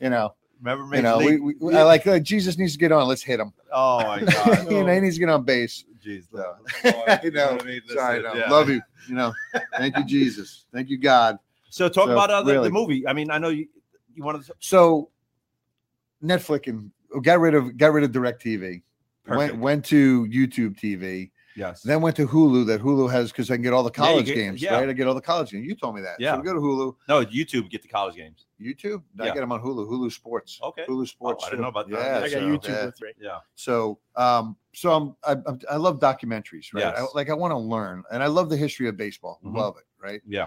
S2: you know,
S3: Remember me?
S2: you know, we, we, I like, like Jesus needs to get on. Let's hit him.
S3: oh my God.
S2: you know, he needs to get on base.
S3: Jeez,
S2: So,
S3: Lord,
S2: I
S3: you
S2: know.
S3: what I mean?
S2: Sorry,
S3: Listen,
S2: no,
S3: yeah.
S2: love you. You know, thank you, Jesus. Thank you, God.
S3: So talk
S2: So,
S3: about uh, the,
S2: really.
S3: the movie. I mean, I know you you wanted to
S2: So, Netflix and got rid of got rid of Directv.
S3: Perfect.
S2: Went went to YouTube TV.
S3: yes.
S2: Then went to Hulu. That Hulu has because I can get all the
S3: Yeah, you
S2: college
S3: get-
S2: games.
S3: yeah.
S2: Right, I get all the college games. You told me that.
S3: Yeah.
S2: So go to Hulu.
S3: No, YouTube get the college games.
S2: YouTube. I
S3: Yeah.
S2: get them on Hulu. Hulu Sports.
S3: Okay. Oh,
S2: Hulu Sports.
S3: I didn't
S2: too.
S3: know about that.
S2: Yeah,
S5: I got
S2: so, uh,
S5: YouTube
S2: yeah.
S5: with me.
S3: Yeah.
S2: So, um, so I'm, I, I'm- I love documentaries, right?
S3: Yes.
S2: I, like I want to learn, and I love the history of baseball.
S3: Mhm.
S2: Love it, right?
S3: Yeah.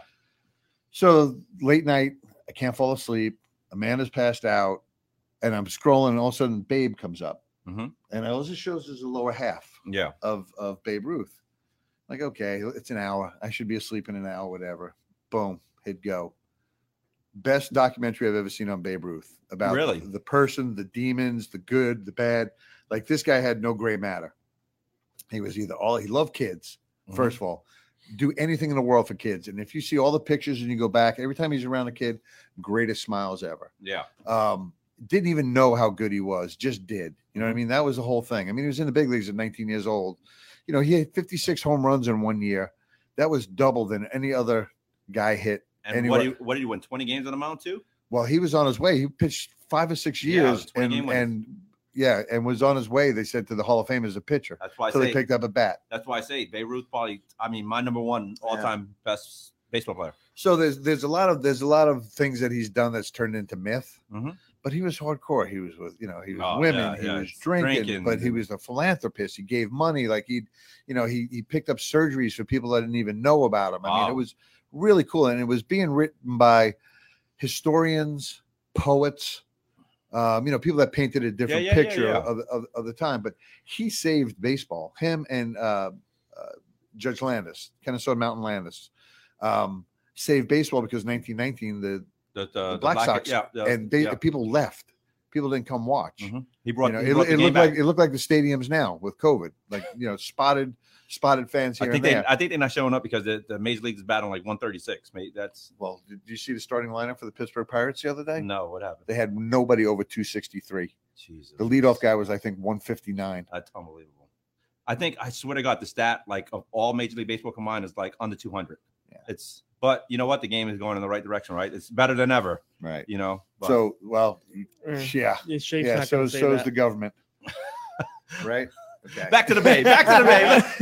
S2: So late night, I can't fall asleep. Amanda's passed out, and I'm scrolling, and all of a sudden, Babe comes up,
S3: Mhm.
S2: and it also shows there's a lower half
S3: Yeah.
S2: of of Babe Ruth. Like, okay, it's an hour. I should be asleep in an hour, whatever. Boom, hit go. Best documentary I've ever seen on Babe Ruth about
S3: Really?
S2: the person, the demons, the good, the bad. Like this guy had no gray matter. He was either all he loved kids,
S3: Mhm.
S2: first of all. Do anything in the world for kids. And if you see all the pictures and you go back, every time he's around a kid, greatest smiles ever
S3: Yeah.
S2: um, didn't even know how good he was, just did. You know what I mean? That was the whole thing. I mean, he was in the big leagues at 19 years old. You know, he had 56 home runs in one year. That was double than any other guy hit.
S3: And
S2: Anyway.
S3: what do you what did you win? 20 games on the mound too?
S2: Well, he was on his way. He pitched five or six
S3: Yeah, it was
S2: years
S3: 20 game
S2: and,
S3: winners.
S2: and yeah, and was on his way, they said, to the Hall of Fame as a pitcher.
S3: That's why I
S2: So
S3: say
S2: they picked up a bat.
S3: that's why I say Beirut probably I mean my number one all time best baseball player.
S2: So there's there's a lot of there's a lot of things that he's done that's turned into myth.
S3: Mhm.
S2: But he was hardcore. He was with you know he was
S3: Oh,
S2: women.
S3: yeah,
S2: he
S3: yeah,
S2: was
S3: it's
S2: drinking,
S3: drinking
S2: but he
S3: and-
S2: was a philanthropist. He gave money. Like he, you know, he he picked up surgeries for people that didn't even know about him. I mean,
S3: Wow.
S2: it was really cool, and it was being written by historians, poets, um, you know, people that painted a different
S3: yeah, yeah,
S2: picture
S3: yeah.
S2: Of, of of the time. But he saved baseball. Him and uh, uh, Judge Landis, Kennesaw Mountain Landis. Um, saved baseball because 1919 the
S3: The, the,
S2: Black Sox
S3: Sox. Yeah. yeah,
S2: and they
S3: yeah.
S2: people left people didn't come watch.
S3: Mhm. He brought,
S2: you know,
S3: he
S2: it,
S3: brought the
S2: it
S3: game
S2: looked
S3: back.
S2: like it looked like the stadiums now with COVID, like you know, spotted spotted fans here
S3: I
S2: and
S3: think they,
S2: there.
S3: I think they're not showing up because the, the Major League is battling like 136. Mate, that's
S2: well, did you see the starting lineup for the Pittsburgh Pirates the other day?
S3: no. What happened?
S2: They had nobody over 263.
S3: Jesus.
S2: The leadoff guy was, I think, 159.
S3: That's unbelievable. I think I swear to God, the stat like of all Major League Baseball combined is like under 200.
S2: Yeah.
S3: It's but you know what? The game is going in the right direction, right? It's better than ever.
S2: Right.
S3: You know. But,
S2: So, well,
S5: Eh,
S2: yeah,
S5: yeah, Shaf's
S2: yeah.
S5: not
S2: So,
S5: going to say
S2: so is
S5: that.
S2: the government, right? Okay.
S3: back to the bay. Back to the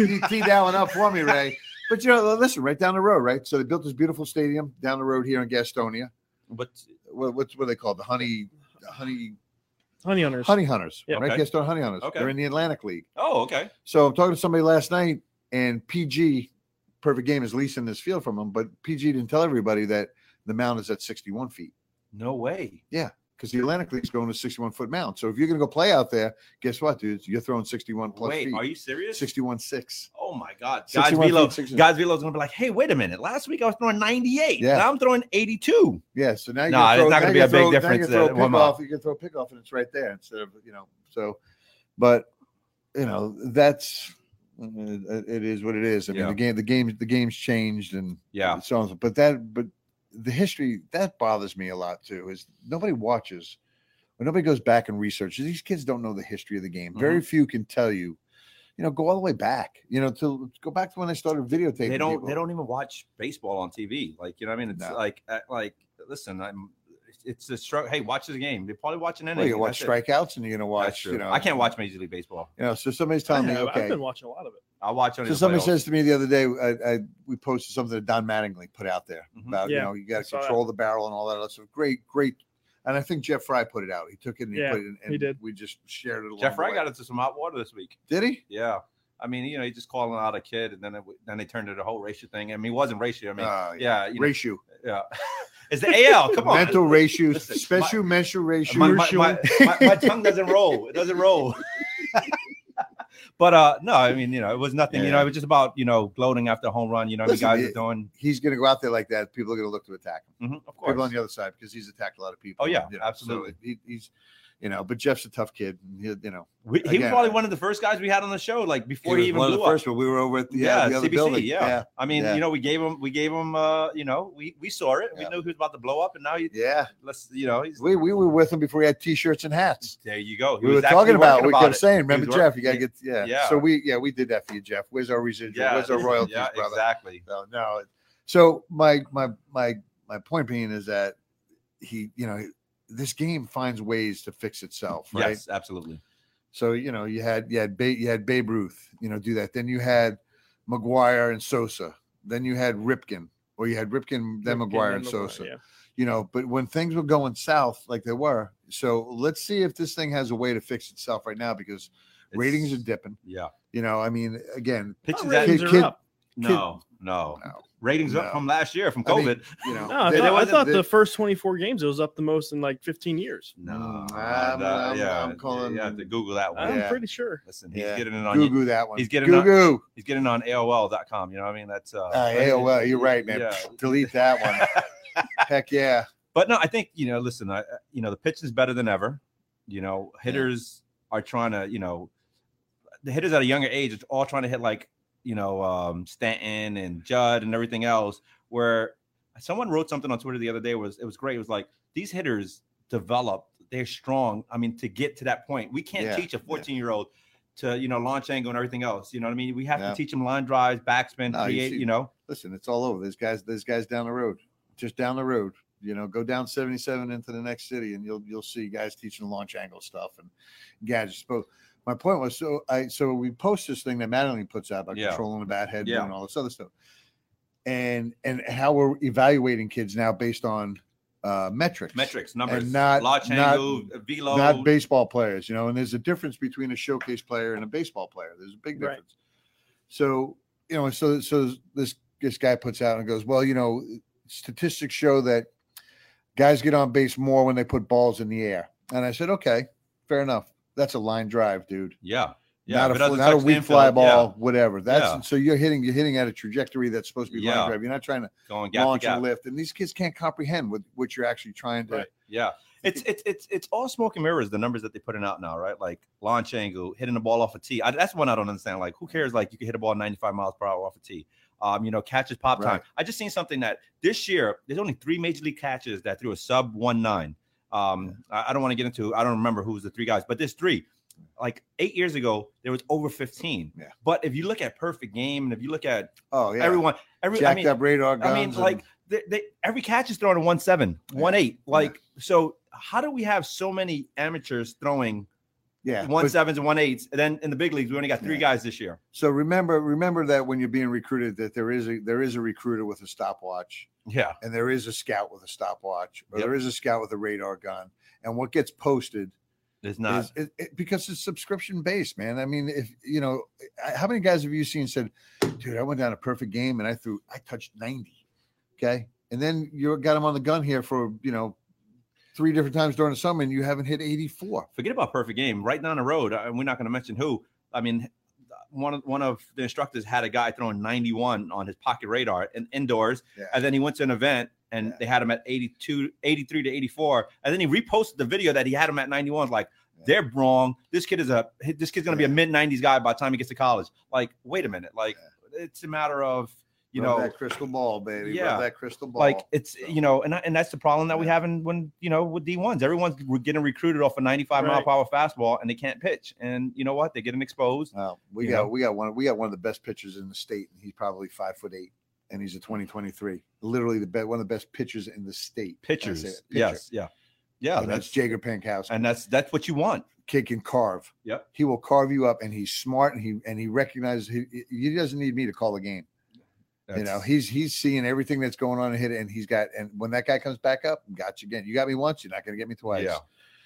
S3: bay.
S2: you teed that one up for me, Ray. But you know, listen, right down the road, right? So they built this beautiful stadium down the road here in Gastonia.
S3: but
S2: What, what's what are they called? The honey, honey,
S5: Honey Hunters.
S2: honey hunters,
S5: Yeah.
S2: right?
S3: Okay.
S2: Gastonia honey hunters.
S3: Okay.
S2: They're in the Atlantic League.
S3: oh, okay.
S2: So I'm talking to somebody last night, and PG, perfect game, is leasing this field from them. But PG didn't tell everybody that the mound is at 61 feet
S3: No way.
S2: because the Atlantic League's going to 61 foot mound. So if you're going to go play out there, guess what, dudes? You're throwing 61 plus
S3: Wait,
S2: feet.
S3: are you serious?
S2: 61 six.
S3: Oh my God, guys,
S2: 61 feet,
S3: Velo,
S2: 60.
S3: guys, Velo's gonna be like, hey, wait a minute. Last week I was throwing 98.
S2: Yeah.
S3: Now I'm throwing 82.
S2: Yeah. So now you're
S3: Nah,
S2: throw,
S3: it's not
S2: now
S3: gonna be
S2: you
S3: a big
S2: throw- now
S3: difference,
S2: You
S3: uh,
S2: can throw
S3: one mile.
S2: pickoff, you can throw pickoff, and it's right there instead of you know. So, but you know that's uh, it is what it is. I mean,
S3: Yeah.
S2: the game, the game, the game's changed, and
S3: Yeah.
S2: so on. But that, but the history that bothers me a lot too is nobody watches or nobody goes back and researches. These kids don't know the history of the game.
S3: Mm-hmm.
S2: Very few can tell you. You know, go all the way back. You know, to go back to when they started videotaping.
S3: They don't.
S2: people.
S3: They don't even watch baseball on TV. Like you know, what I mean, it's
S2: No.
S3: like uh, like listen, I'm. It's a struggle. Hey, watch this game. They're probably watching
S2: Well,
S3: anything.
S2: you watch
S3: That's it.
S2: strikeouts, and you're gonna
S3: That's
S2: watch.
S3: true.
S2: You know,
S3: I can't watch Major League Baseball.
S2: You know, so somebody's
S5: I
S2: telling me,
S5: have- I've
S2: okay.
S5: been watching a lot of it.
S3: I'll watch only
S2: So
S3: the
S2: somebody
S3: playoffs.
S2: says to me the other day, I, I we posted something that Don Mattingly put out there
S3: Mhm.
S2: about you
S5: Yeah,
S2: know you got
S5: I
S2: to
S5: saw that.
S2: control the barrel and all that. That's a great, great, and I think Jeff Fry put it out. He took it and
S5: Yeah,
S2: he put it, in, and
S5: he did.
S2: we just shared it. Along
S3: Jeff
S2: the
S3: Fry
S2: way.
S3: got into some hot water this week.
S2: Did he?
S3: Yeah. I mean, you know, he's just calling out a kid, and then it, w- then they turned it a whole racial thing. I mean, he wasn't racial. I mean,
S2: Ah,
S3: yeah, you know,
S2: ratio,
S3: yeah. It's the AL. Come on.
S2: mental ratio,
S3: Listen,
S2: special mental ratio.
S3: my, my, my, my, my tongue doesn't roll. It doesn't roll. but uh no, I mean, you know, it was nothing. You know,
S2: Yeah.
S3: it was just about you know gloating after a home run. You know,
S2: Listen,
S3: I mean, guys
S2: it-
S3: are doing.
S2: He's going to go out there like that. People are going to look to attack him.
S3: Mhm, of
S2: People on
S3: course.
S2: the other side because he's attacked a lot of people.
S3: Oh, yeah,
S2: you know, so
S3: absolutely.
S2: he, he's, you know, but Jeff's a tough kid. and He, you know,
S3: We, he was
S2: again.
S3: probably one of the first guys we had on the show. Like before he,
S2: was
S3: even
S2: one of
S3: blew
S2: the
S3: up.
S2: first, but we were over at the, yeah,
S3: Yeah,
S2: the other
S3: CBC,
S2: building.
S3: yeah.
S2: yeah,
S3: I mean,
S2: Yeah.
S3: you know, we gave him, we gave him, uh, you know, we we saw it.
S2: Yeah.
S3: We knew he was about to blow up, and now you
S2: yeah.
S3: let's, you know, he's
S2: We, we were with him before he had t-shirts and hats.
S3: there. You go. He
S2: we were
S3: was
S2: talking
S3: actually
S2: about.
S3: working
S2: We kept
S3: it.
S2: saying,
S3: He was
S2: "Remember, Jeff,
S3: work-
S2: you gotta get yeah.
S3: Yeah.
S2: So we yeah we did that for you, Jeff. Where's our residual? Where's our royalties,
S3: yeah,
S2: brother?
S3: Exactly.
S2: So, no. it- So my my my my point being is that he you know this game finds ways to fix itself, right?
S3: Yes, absolutely.
S2: So you know you had you had ba- you had Babe Ruth, you know, do that. Then you had McGuire and Sosa. Then you had Ripken, or you had Ripken, then
S5: Ripken,
S2: McGuire and
S5: Maguire,
S2: Sosa
S5: yeah.
S2: you know, but when things were going south like they were, so let's see if this thing has a way to fix itself right now because ratings are
S3: It's-
S2: dipping.
S3: Yeah.
S2: You know, I mean, again,
S3: Pitches
S5: Oh,
S3: that
S5: ratings
S2: Kid-
S5: are
S2: kid-
S5: up.
S3: no, no.
S2: No.
S3: Ratings up
S2: No.
S3: from last year from
S2: I mean,
S3: COVID.
S2: you know,
S5: No, I
S2: they-
S5: thought, I
S2: they-
S5: thought
S2: they-
S5: the first 24 games it was up the most in like 15 years.
S3: No,
S2: Mm,
S3: uh,
S2: I'm-
S3: the-
S2: I'm-
S3: yeah,
S2: I'm calling-
S3: You have to Google that one.
S5: I'm
S2: Yeah.
S5: pretty sure.
S3: Listen, he's
S2: Yeah.
S3: getting it on.
S2: Goo-goo that one.
S3: He's getting a-
S2: Goo-goo.
S3: He's getting it on AOL.com. You know what I mean? That's uh,
S2: Ah, AOL, you're right, man.
S3: Yeah.
S2: Delete that one. Heck yeah.
S3: but no, I think you know. Listen, I, I- you know the pitch is better than ever. You know, hitters are trying to you know, the hitters at a younger age are all trying to hit like you know um, Stanton and Judd and everything else. Where someone wrote something on Twitter the other day was it was great. It was like these hitters develop. They're strong. I mean, to get to that point, we can't
S2: Yeah,
S3: teach a 14 year old to you know launch angle and everything else. You know what I mean? We have
S2: Yeah.
S3: to teach them line drives, backspin,
S2: No, you
S3: create.
S2: see-
S3: You, know,
S2: Listen, it's all over. There's guys, there's guys down the road, just down the road. You know, go down 77 into the next city, and you'll you'll see guys teaching launch angle stuff and gadgets. But my point was, so I so we post this thing that Madeline puts out about
S3: Yeah.
S2: controlling the bat head
S3: Yeah.
S2: and all this other stuff, and and how we're evaluating kids now based on uh, metrics,
S3: metrics, numbers,
S2: not-
S3: launch
S2: not-
S3: angle, velo,
S2: not baseball players, you know, and there's a difference between a showcase player and a baseball player. There's a big
S5: Right.
S2: difference. So, you know, so so this this guy puts out and goes, well, you know, statistics show that guys get on base more when they put balls in the air. And I said, okay, fair enough. That's a line drive, dude.
S3: Yeah. Yeah.
S2: Not
S3: if it
S2: a fl-
S3: doesn't
S2: not a
S3: touch the
S2: weak fly
S3: infield, yeah,
S2: ball, whatever. That's
S3: Yeah.
S2: so you're hitting you're hitting at a trajectory that's supposed to be
S3: Yeah.
S2: line drive. You're not trying to
S3: going gap to
S2: launch and
S3: gap.
S2: lift, and these kids can't comprehend what what you're actually trying to
S5: Right.
S3: Yeah. It's it's it's it's all smoke and mirrors. The numbers that they putting out now, right? Like launch angle, hitting the ball off a tee. I, that's one I don't understand. Like who cares? Like you can hit a ball 95 miles per hour off a tee. Um, you know, catches pop time.
S2: Right.
S3: I just seen something that this year there's only three major league catches that threw a sub one nine. Um, I, I don't want to get into. I don't remember who's the three guys, but there's three. Like eight years ago, there was over 15.
S2: Yeah.
S3: But if you look at perfect game, and if you look at
S2: Oh yeah,
S3: everyone, every
S2: jacked
S3: I mean,
S2: up radar guns.
S3: I mean,
S2: and-
S3: like they, they, every catch is thrown a one seven,
S2: Yeah.
S3: one eight. Like so, how do we have so many amateurs throwing
S2: yeah,
S3: one
S2: but-
S3: sevens and one eights? And then in the big leagues, we only got three
S2: Yeah.
S3: guys this year.
S2: So remember, remember that when you're being recruited, that there is a there is a recruiter with a stopwatch,
S3: Yeah,
S2: and there is a scout with a stopwatch, or
S3: Yep.
S2: there is a scout with a radar gun. And what gets posted
S3: there's not.
S2: is it, it- because it's subscription based, man. I mean, if you know, I- how many guys have you seen said, "Dude, I went down a perfect game and I threw, I touched ninety, okay," and then you got him on the gun here for you know three different times during the summer, and you haven't hit eighty four.
S3: Forget about perfect game. Right down the road, and we're not going to mention who. I mean, one of one of the instructors had a guy throwing 91 on his pocket radar and indoors,
S2: Yeah.
S3: and then he went to an event. And
S2: Yeah.
S3: they had him at 82, 83 to 84. And then he reposted the video that he had him at 91. Like, they're wrong. This kid is a this kid's gonna be a mid nineties guy by the time he gets to college. Like, wait a minute. Like, it's a matter of you
S2: Rub
S3: know,
S2: that crystal ball, baby.
S3: Yeah.
S2: Rub that crystal ball.
S3: like it's you know, and I- and that's the problem that we
S2: Yeah.
S3: have in when you know with D ones. Everyone's we're getting recruited off a ninety five mile
S5: Right.
S3: per hour fastball, and they can't pitch. And you know what? They're getting exposed.
S2: Uh, we
S3: You
S2: got
S3: know?
S2: we got one we got one of the best pitchers in the state, and he's probably five foot eight, and he's a twenty twenty three, literally the best one of the best pitchers in the state. I say
S3: Pitchers,
S2: it, pitcher.
S3: yes, yeah, yeah.
S2: and that's
S3: that's
S2: Jager Pankowski.
S3: and that's that's what you want.
S2: Kid can carve.
S3: Yep.
S2: he will carve you up, and he's smart, and he and he recognizes he, he doesn't need me to call the game. you know,
S3: That's-
S2: he's he's seeing everything that's going on and hit it, and he's got and when that guy comes back up, got you again. You got me once, you're not going to get me twice.
S3: yeah.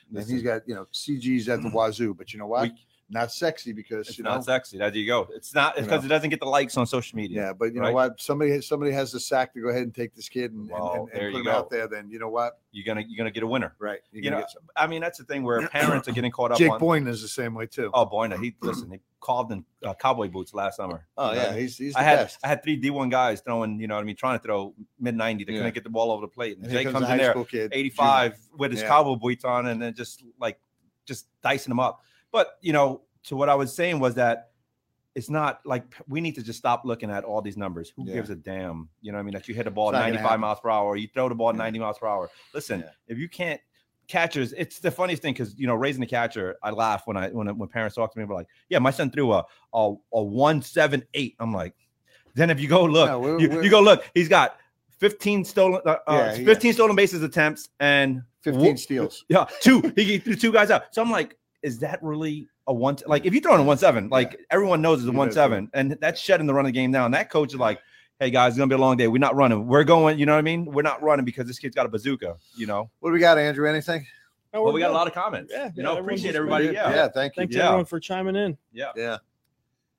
S2: and
S3: Listen,
S2: he's got you know CGs at the wazoo, but you know what?
S3: we-
S2: not sexy because
S3: it's
S2: you
S3: not
S2: know
S3: sexy. There you go. It's not it's
S2: You
S3: because
S2: know.
S3: it doesn't get the likes on social media.
S2: Yeah, but you
S3: right?
S2: know what? Somebody somebody has the sack to go ahead and take this kid and, and-
S3: Well,
S2: and, and
S3: there
S2: put
S3: you
S2: him out
S3: go.
S2: there. Then you know what?
S3: You're gonna you're gonna get a winner.
S2: Right. You're
S3: You
S2: gonna
S3: know,
S2: get some.
S3: I mean, that's the thing where parents are getting caught up
S2: Jake
S3: on.
S2: Boyne is the same way too.
S3: Oh, Boyna, he listen. He called in uh, cowboy boots last summer. You know what I mean?
S2: Uh, he's he's the
S3: I had
S2: best.
S3: I had three D one guys throwing. You know what I mean? Trying to throw mid ninety. They
S2: Yeah.
S3: couldn't get the ball over the plate. And,
S2: And here
S3: Jake
S2: the
S3: comes
S2: high
S3: in there,
S2: school kid,
S3: eighty five, with his
S2: Yeah.
S3: cowboy boots on, and then just like just dicing them up. But you know, to what I was saying was that it's not like p- we need to just stop looking at all these numbers. Who
S2: Yeah.
S3: gives a damn? You know what I mean? That you hit the ball
S2: It's not gonna
S3: ninety five
S2: happen.
S3: miles per hour, or you throw the ball
S2: Yeah.
S3: ninety miles per hour. Listen,
S2: Yeah.
S3: if you can't catchers, it's the funniest thing because you know raising the catcher, I laugh when I when when parents talk to me, but like, yeah, my son threw a a, a one seven eight. I'm like, then if you go look,
S2: No, we're-
S3: you,
S2: we're-
S3: you go look, he's got 15 stolen, uh, uh,
S2: Yeah, yeah.
S3: 15 stolen bases attempts and
S2: 15
S3: wo-
S2: steals.
S3: Yeah, two. He threw two guys out. So I'm like, is that really a one? Like, if you throw in a one seven, like everyone knows it's a
S2: You know
S3: one
S2: it's a-
S3: seven, and that's shutting the running game down. That coach is like, hey guys, it's gonna be a long day. We're not running. We're going. You know what I mean? We're not running because this kid's got a bazooka. You know.
S2: What do we got, Andrew? Anything?
S5: Oh,
S3: Well, we got a
S5: good.
S3: lot of comments.
S5: Yeah,
S3: you
S5: yeah,
S3: know,
S5: everyone's
S3: appreciate
S5: just-
S3: everybody. Yeah.
S2: yeah. Thank you.
S5: Thanks
S3: Yeah.
S5: everyone for chiming in.
S3: yeah,
S2: Yeah.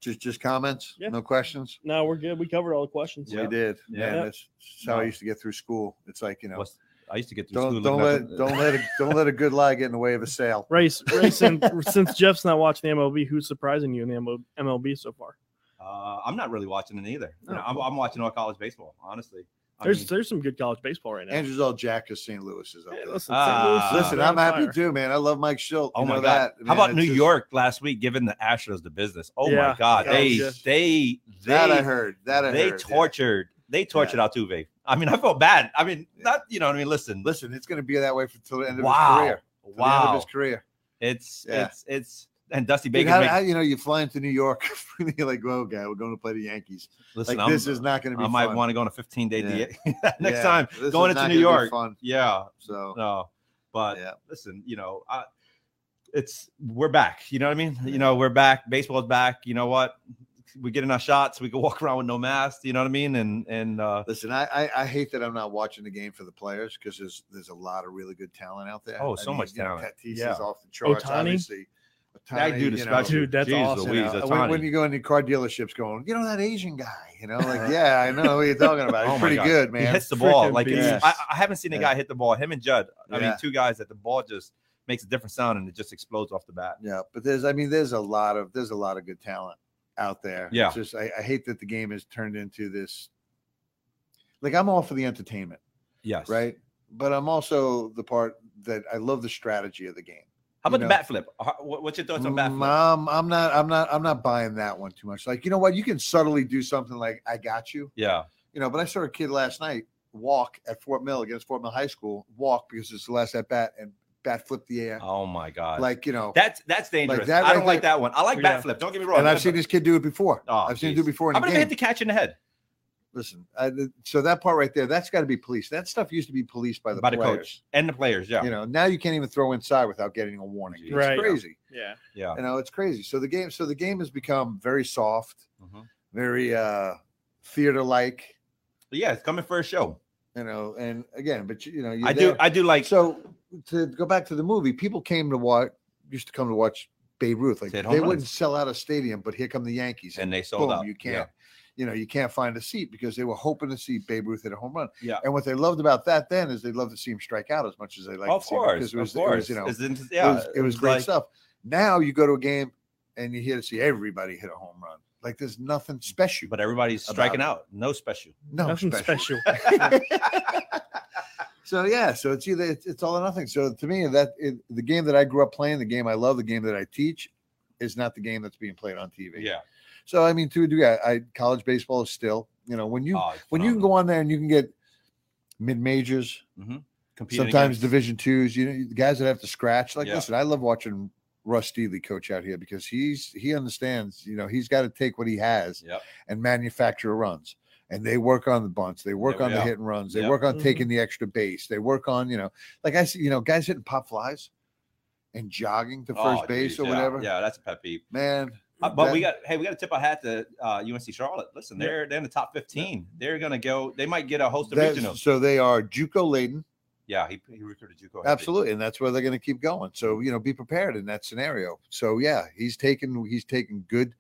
S2: Just just comments.
S5: Yeah.
S2: No questions.
S5: No, we're good. We covered all the questions.
S3: Yeah.
S2: We did.
S3: Yeah.
S2: Man,
S5: Yeah.
S2: that's, that's how I
S3: No.
S2: used to get through school. It's like you know,
S3: What's- I used to get through
S2: don't
S3: school.
S2: don't
S3: looking up
S2: let don't let a, don't let a good lie get in the way of a sale.
S5: Race, race, and since Jeff's not watching the MLB, who's surprising you in the ML- MLB so far?
S3: Uh, I'm not really watching it either. You
S5: Oh,
S3: know, I'm, I'm watching all college baseball, honestly. I
S5: There's
S3: mean,
S5: there's some good college baseball right now.
S2: Andrew's all jack as St. Louis is up
S5: Hey,
S2: there.
S5: listen,
S3: Ah.
S5: St. Louis is
S2: Listen,
S5: on
S2: I'm happy
S5: fire.
S2: too, man. I love Mike Schilt.
S3: oh
S2: You
S3: my
S2: know
S3: god!
S2: that.
S3: How
S2: man.
S3: about
S2: It's
S3: New
S2: just-
S3: York last week giving the Astros the business? Oh
S5: Yeah.
S3: my god!
S5: Yeah,
S3: They
S5: yeah.
S3: they they
S2: That I heard. That I
S3: they
S2: heard. yeah.
S3: tortured they tortured Altuve. I mean, I felt bad. I mean,
S2: Yeah.
S3: not you know. what I mean, listen, listen.
S2: Listen, it's going to be that way for till the end of his
S3: Wow,
S2: career. Till the end of
S3: wow.
S2: his career.
S3: It's
S2: Yeah.
S3: it's it's and Dusty
S2: Dude,
S3: Baker.
S2: how,
S3: make-
S2: how- you know you fly into New York? and you're like, "Whoa, guy, we're going to play the Yankees."
S3: listen,
S2: like
S3: I'm-
S2: this is not going to be.
S3: I might
S2: fun.
S3: want to go on a 15 day
S2: Yeah.
S3: DA next
S2: Yeah,
S3: time.
S2: this is
S3: going into
S2: not gonna be
S3: New York. Uh,
S2: Fun.
S3: Yeah,
S2: So
S3: no, but
S2: yeah,
S3: listen, you know, I, it's we're back. You know what I mean? You know, we're back. Baseball's back. You know what? We're getting our shots. We can walk around with no mask. You know what I mean? And and uh,
S2: listen, I, I I hate that I'm not watching the game for the players because there's there's a lot of really good talent out there.
S3: Oh,
S2: I
S3: so
S2: mean,
S3: much
S2: you know,
S3: talent.
S2: Tatis
S3: Yeah.
S2: is off the charts.
S5: Ohtani?
S2: Obviously,
S3: that
S2: Ohtani,
S3: dude is
S2: you know,
S3: special.
S5: Dude, that's
S3: Jeez
S5: awesome.
S3: Louise,
S2: you know,
S3: Ohtani.
S2: when, when you go into car dealerships, going, you know that Asian guy, you know, like yeah, I know what you're talking about.
S3: Oh
S2: He's
S3: my
S2: pretty
S3: God.
S2: good,
S3: he
S2: man.
S3: hits the ball
S5: Freaking
S3: like it's-
S2: beast.
S3: I, I haven't seen a
S2: Yeah.
S3: guy hit the ball. Him and Judd. I mean,
S2: Yeah.
S3: two guys that the ball just makes a different sound and it just explodes off the bat.
S2: Yeah, but there's I mean there's a lot of there's a lot of good talent out there.
S3: Yeah.
S2: It's just I, I hate that the game has turned into this. Like I'm all for the entertainment,
S3: Yes,
S2: right? But I'm also the part that I love the strategy of the game.
S3: How
S2: you
S3: about
S2: know-
S3: the bat flip? Uh, wha- What's your thoughts on bat
S2: Mm,
S3: flip?
S2: Um, I'm not, I'm not, I'm not buying that one too much. Like, you know what? You can subtly do something like "I got you,"
S3: Yeah,
S2: you know. But I saw a kid last night walk at Fort Mill against Fort Mill High School, walk because it's the last at bat, and bat flipped the air.
S3: Oh my god.
S2: like you know,
S3: that's that's dangerous.
S2: that
S3: I don't
S2: right
S3: like that one. I like
S5: Yeah.
S3: bat flip. Don't get me wrong.
S2: and I've seen this kid do it before.
S3: Oh,
S2: I've seen him
S3: geez.
S2: do it before in
S3: I'm
S2: a
S3: gonna
S2: game.
S3: hit the catch in the head
S2: Listen, I, th- so that part right there, that's got to be policed. That stuff used to be policed by the
S3: by the
S2: players.
S3: coach and the players. Yeah,
S2: You know, now you can't even throw inside without getting a warning. It's
S5: Right.
S2: crazy.
S5: Yeah.
S3: yeah.
S2: You know, it's crazy. So the game, so the game has become very soft,
S3: Mhm.
S2: very uh theater-like.
S3: But yeah, it's coming for a show.
S2: you know and again but you, you know you
S3: I do. I do like.
S2: so to go back to the movie people came to watch used to come to watch babe ruth like
S3: Hit
S2: they
S3: home runs.
S2: wouldn't sell out a stadium but here come the yankees
S3: and they sold
S2: boom
S3: out.
S2: you can't you know you can't find a seat because they were hoping to see babe ruth hit a home run
S3: Yeah.
S2: and what they loved about that then is they loved to see him strike out as much as they
S3: Yeah.
S2: like
S3: Oh, of course.
S2: because it was,
S3: of course.
S2: it was you know
S3: It's in-
S2: it
S3: yeah,
S2: was, it was great
S3: like-
S2: stuff now you go to a game and you hear to see everybody hit a home run like there's nothing special
S3: But everybody's
S2: About
S3: striking
S2: it.
S3: out. No special.
S2: no
S5: Nothing
S2: special.
S5: special.
S2: so yeah, so it's either it's, it's all or nothing. So to me, that it, the game that I grew up playing, the game I love, the game that I teach, is not the game that's being played on TV.
S3: Yeah.
S2: So I mean, to a degree, I, I college baseball is still, you know, when you
S3: Oh, it's
S2: when you can
S3: phenomenal.
S2: go on there and you can get mid majors,
S3: Competing
S2: sometimes
S3: against-
S2: division twos, you know, the guys that have to scratch. Like
S3: Yeah.
S2: listen, I love watching Russ Steely coach out here because he's he understands, you know, he's got to take what he has
S3: Yep.
S2: and manufacture runs. And they work on the bunts, they work
S3: Yeah,
S2: on the
S3: yeah.
S2: hit and runs, they
S3: Yep.
S2: work on
S5: Mhm.
S2: taking the extra base, they work on, you know, like I see, you know, guys hitting pop flies and jogging to
S3: Oh,
S2: first base
S3: geez,
S2: or
S3: yeah,
S2: whatever.
S3: Yeah, that's a pet peeve.
S2: Man,
S3: Uh, but we
S2: that-
S3: got hey, we got to tip our hat to uh, UNC Charlotte. Listen,
S5: Yeah.
S3: they're they're in the top fifteen. They're gonna go. They might get a host of
S2: that-
S3: regionals.
S2: so they are JUCO laden,
S3: Yeah, he, he recruited JUCO. heavy.
S2: absolutely, and that's where they're going to keep going. So you know, be prepared in that scenario. So yeah, he's taking he's taking good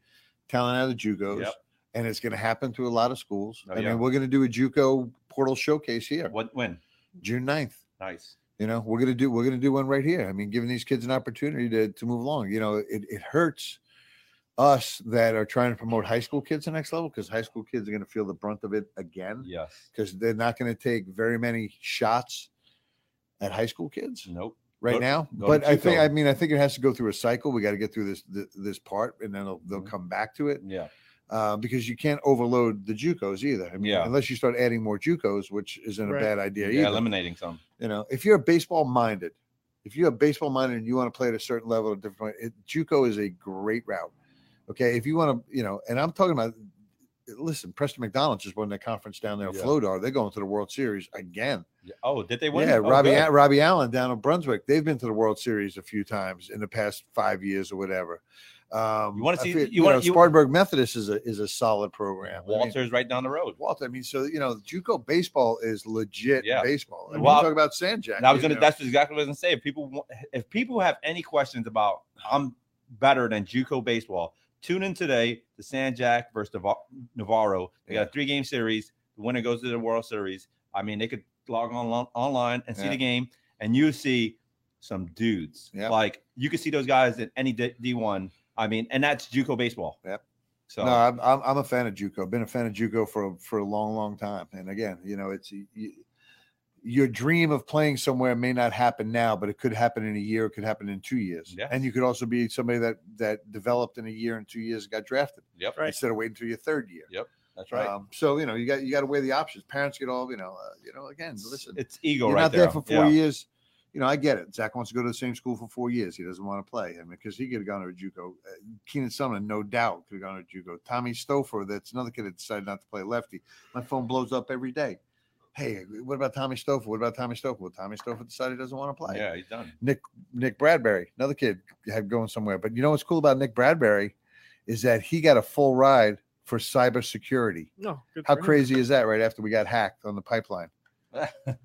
S2: talent out of JUCOs,
S3: Yep.
S2: and it's going to happen to a lot of schools.
S3: Oh,
S2: I
S3: yeah.
S2: mean, we're going to do a JUCO portal showcase here,
S3: What when?
S2: June 9th.
S3: Nice.
S2: You know, we're gonna do we're gonna do one right here. I mean, giving these kids an opportunity to to move along. You know, it, it hurts us that are trying to promote high school kids to next level because high school kids are gonna feel the brunt of it again
S3: Yes.
S2: because they're not gonna take very many shots at high school kids
S3: Nope.
S2: right
S3: Go-
S2: now.
S3: go to
S2: But I think
S3: JUCO.
S2: I mean I think it has to go through a cycle. We got to get through this th- this part and then they'll, they'll
S3: Mhm.
S2: come back to it
S3: Yeah.
S2: uh, because you can't overload the JUCOs either. I mean,
S3: Yeah.
S2: unless you start adding more JUCOs, which isn't
S5: Right.
S2: a bad idea
S3: Yeah,
S2: either
S3: eliminating some.
S2: you know, if you're a baseball minded, if you're a baseball minded and you want to play at a certain level, a different way, it, JUCO is a great route. Okay, if you want to, you know, and I'm talking about. Listen, Preston McDonald just won the conference down there. in
S3: Yeah.
S2: Flodar, they're going to the World Series again.
S3: Yeah. Oh, did they win?
S2: yeah,
S3: Oh,
S2: Robbie
S3: good.
S2: A- Robbie Allen down in Brunswick, they've been to the World Series a few times in the past five years or whatever. Um,
S3: You wanna
S2: I
S3: see-
S2: forget-
S3: you wanna-
S2: know,
S3: you-
S2: Spartanburg Methodist is a is a solid program. I mean,
S3: Walter's right down the road.
S2: Walter, I mean, so you know, JUCO baseball is legit
S3: Yeah.
S2: baseball. I mean,
S3: Well,
S2: you talk about Sandjack.
S3: And I was
S2: you
S3: gonna.
S2: know.
S3: That's exactly what I was gonna say. If people, want, if people have any questions about I'm better than JUCO baseball, tune in today to San Jack versus Navar- Navarro. They got a three game series. The winner goes to the World Series. I mean, they could log on on- online and see
S2: Yeah.
S3: the game, and you see some dudes.
S2: Yep.
S3: Like you can see those guys in any D one. I mean, and that's JUCO baseball.
S2: Yep.
S3: So
S2: No, I'm, I'm I'm a fan of JUCO. Been a fan of JUCO for a- for a long, long time. And again, you know, it's you, your dream of playing somewhere may not happen now, but it could happen in a year. It could happen in two years.
S3: Yes.
S2: And you could also be somebody that that developed in a year and two years and got drafted
S3: yep,
S5: Right.
S2: instead of waiting till your third year.
S3: that's right.
S2: Um, so you know, you got you got to weigh the options. Parents get all you know. Uh, you know, again,
S3: it's,
S2: listen,
S3: it's ego
S2: you're
S3: right
S2: not there, for four
S3: Yeah.
S2: years. You know, I get it. Zach wants to go to the same school for four years. He doesn't want to play. I mean, because he could have gone to a JUCO. Uh, Keenan Sumlin, no doubt, could have gone to a JUCO. Tommy Stouffer, that's another kid that decided not to play lefty. My phone blows up every day. Hey, what about Tommy Stouffer? What about Tommy Stouffer? Well, Tommy Stouffer decided he doesn't want to play.
S3: Yeah, he's done.
S2: Nick Bradbury, another kid had going somewhere. But you know what's cool about Nick Bradbury is that he got a full ride for cybersecurity.
S5: No. Good
S2: How
S5: for him.
S2: crazy is that? Right after we got hacked on the pipeline.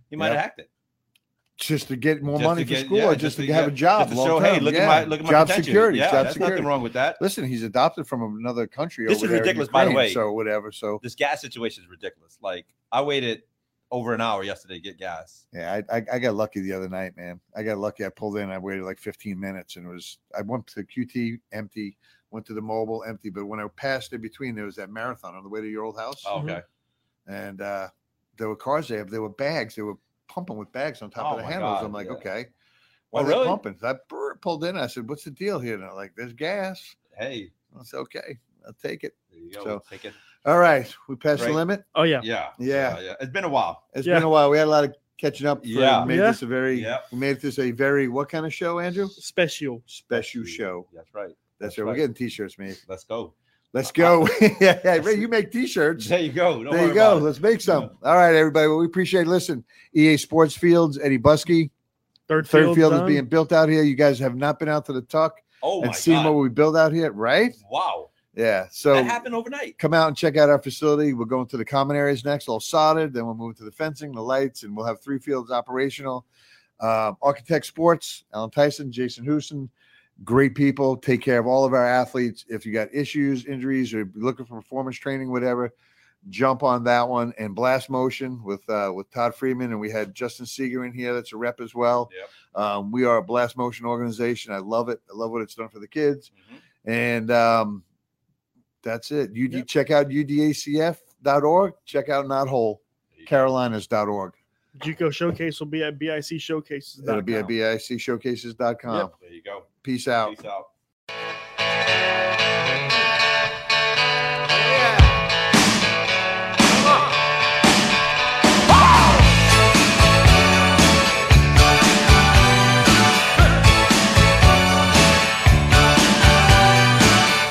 S3: He might
S2: Yep.
S3: have hacked it.
S2: just to get more
S3: Just
S2: money
S3: to
S2: for
S3: get-
S2: school
S3: yeah,
S2: or
S3: just
S2: just, to,
S3: to-
S2: have
S3: yeah,
S2: a job.
S3: Just to
S2: long
S3: show, hey,
S2: term.
S3: look
S2: Yeah.
S3: at my look at my
S2: job
S3: potential.
S2: security.
S3: Yeah,
S2: job
S3: there's
S2: security.
S3: nothing wrong with that.
S2: Listen, he's adopted from another country.
S3: This
S2: over
S3: is
S2: there in
S3: ridiculous, by the
S2: Ukraine,
S3: way.
S2: So whatever. So
S3: This gas situation is ridiculous. Like I waited over an hour yesterday to get gas.
S2: yeah, I, I I got lucky the other night, man. I got lucky. I pulled in. I waited like 15 minutes, and it was I went to QT empty, went to the mobile empty. But when I passed in between, there was that marathon on the way to your old house,
S3: Oh, okay.
S2: and uh, there were cars there. There were bags. They were pumping with bags on top
S3: Oh
S2: of the
S3: my
S2: handles.
S3: God,
S2: I'm like,
S3: yeah.
S2: okay. Why
S3: Oh,
S2: are they
S3: really?
S2: pumping? So I brr- pulled in. I said, "What's the deal here?" And they're like, "There's gas."
S4: Hey,
S2: I said, "Okay, I'll take it."
S4: there you go.
S2: So-
S4: Take it.
S2: All right, we passed the
S4: Right.
S2: limit.
S5: Oh yeah.
S4: Yeah.
S2: Yeah.
S4: yeah. It's been a while.
S2: It's
S5: Yeah.
S2: been a while. We had a lot of catching up. for-
S4: Yeah.
S2: made
S5: Yeah.
S2: this a very.
S4: Yeah.
S2: We made this a very what kind of show, Andrew?
S5: Special.
S2: Special show.
S4: That's right.
S2: That's
S4: That's
S2: right. We're
S4: right.
S2: getting t-shirts, mate.
S4: Let's go.
S2: Let's
S4: I-
S2: go. yeah, yeah. Ray, you make t-shirts.
S4: There you go. Don't
S2: there you
S4: worry
S2: go.
S4: about it.
S2: Let's make some. All right, everybody. Well, we appreciate. it. Listen, EA Sports Fields, Eddie Buskey.
S5: Third
S2: Third
S5: field,
S2: field, is
S5: done.
S2: being built out here. You guys have not been out to the tuck
S4: Oh my
S2: and seen what
S4: god.
S2: we build out here, right?
S4: Wow.
S2: Yeah. So
S4: that happened overnight.
S2: come out and check out our facility. We're going to the common areas next, all sodded. Then we'll move to the fencing, the lights, and we'll have three fields operational. Um, Architect Sports, Alan Tyson, Jason Houston, great people. Take care of all of our athletes. If you got issues, injuries, or looking for performance training, whatever, jump on that one. And Blast Motion with uh, with Todd Freeman, and we had Justin Seeger in here. That's a rep as well. Um, we are a Blast Motion organization. I love it. I love what it's done for the kids.
S4: Mhm.
S3: Mm-hmm.
S2: And um, that's it. UD,
S5: Yep.
S2: Check out udacf.org. Check out nothole, carolinas.org.
S5: JUCO Showcase will be at BIC Showcases.
S2: That'll be at bicshowcases.com.
S5: Yep.
S4: There you go.
S2: Peace out.
S4: Peace out.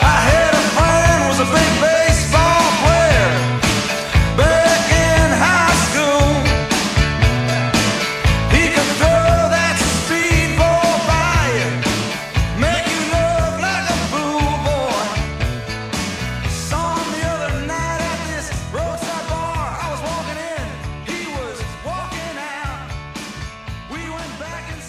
S6: I had a friend was a big baseball player back in high school. He could throw that speedball by you, make you look like a fool boy. Saw him the other night at this roadside bar. I was walking in, he was walking out. We went back and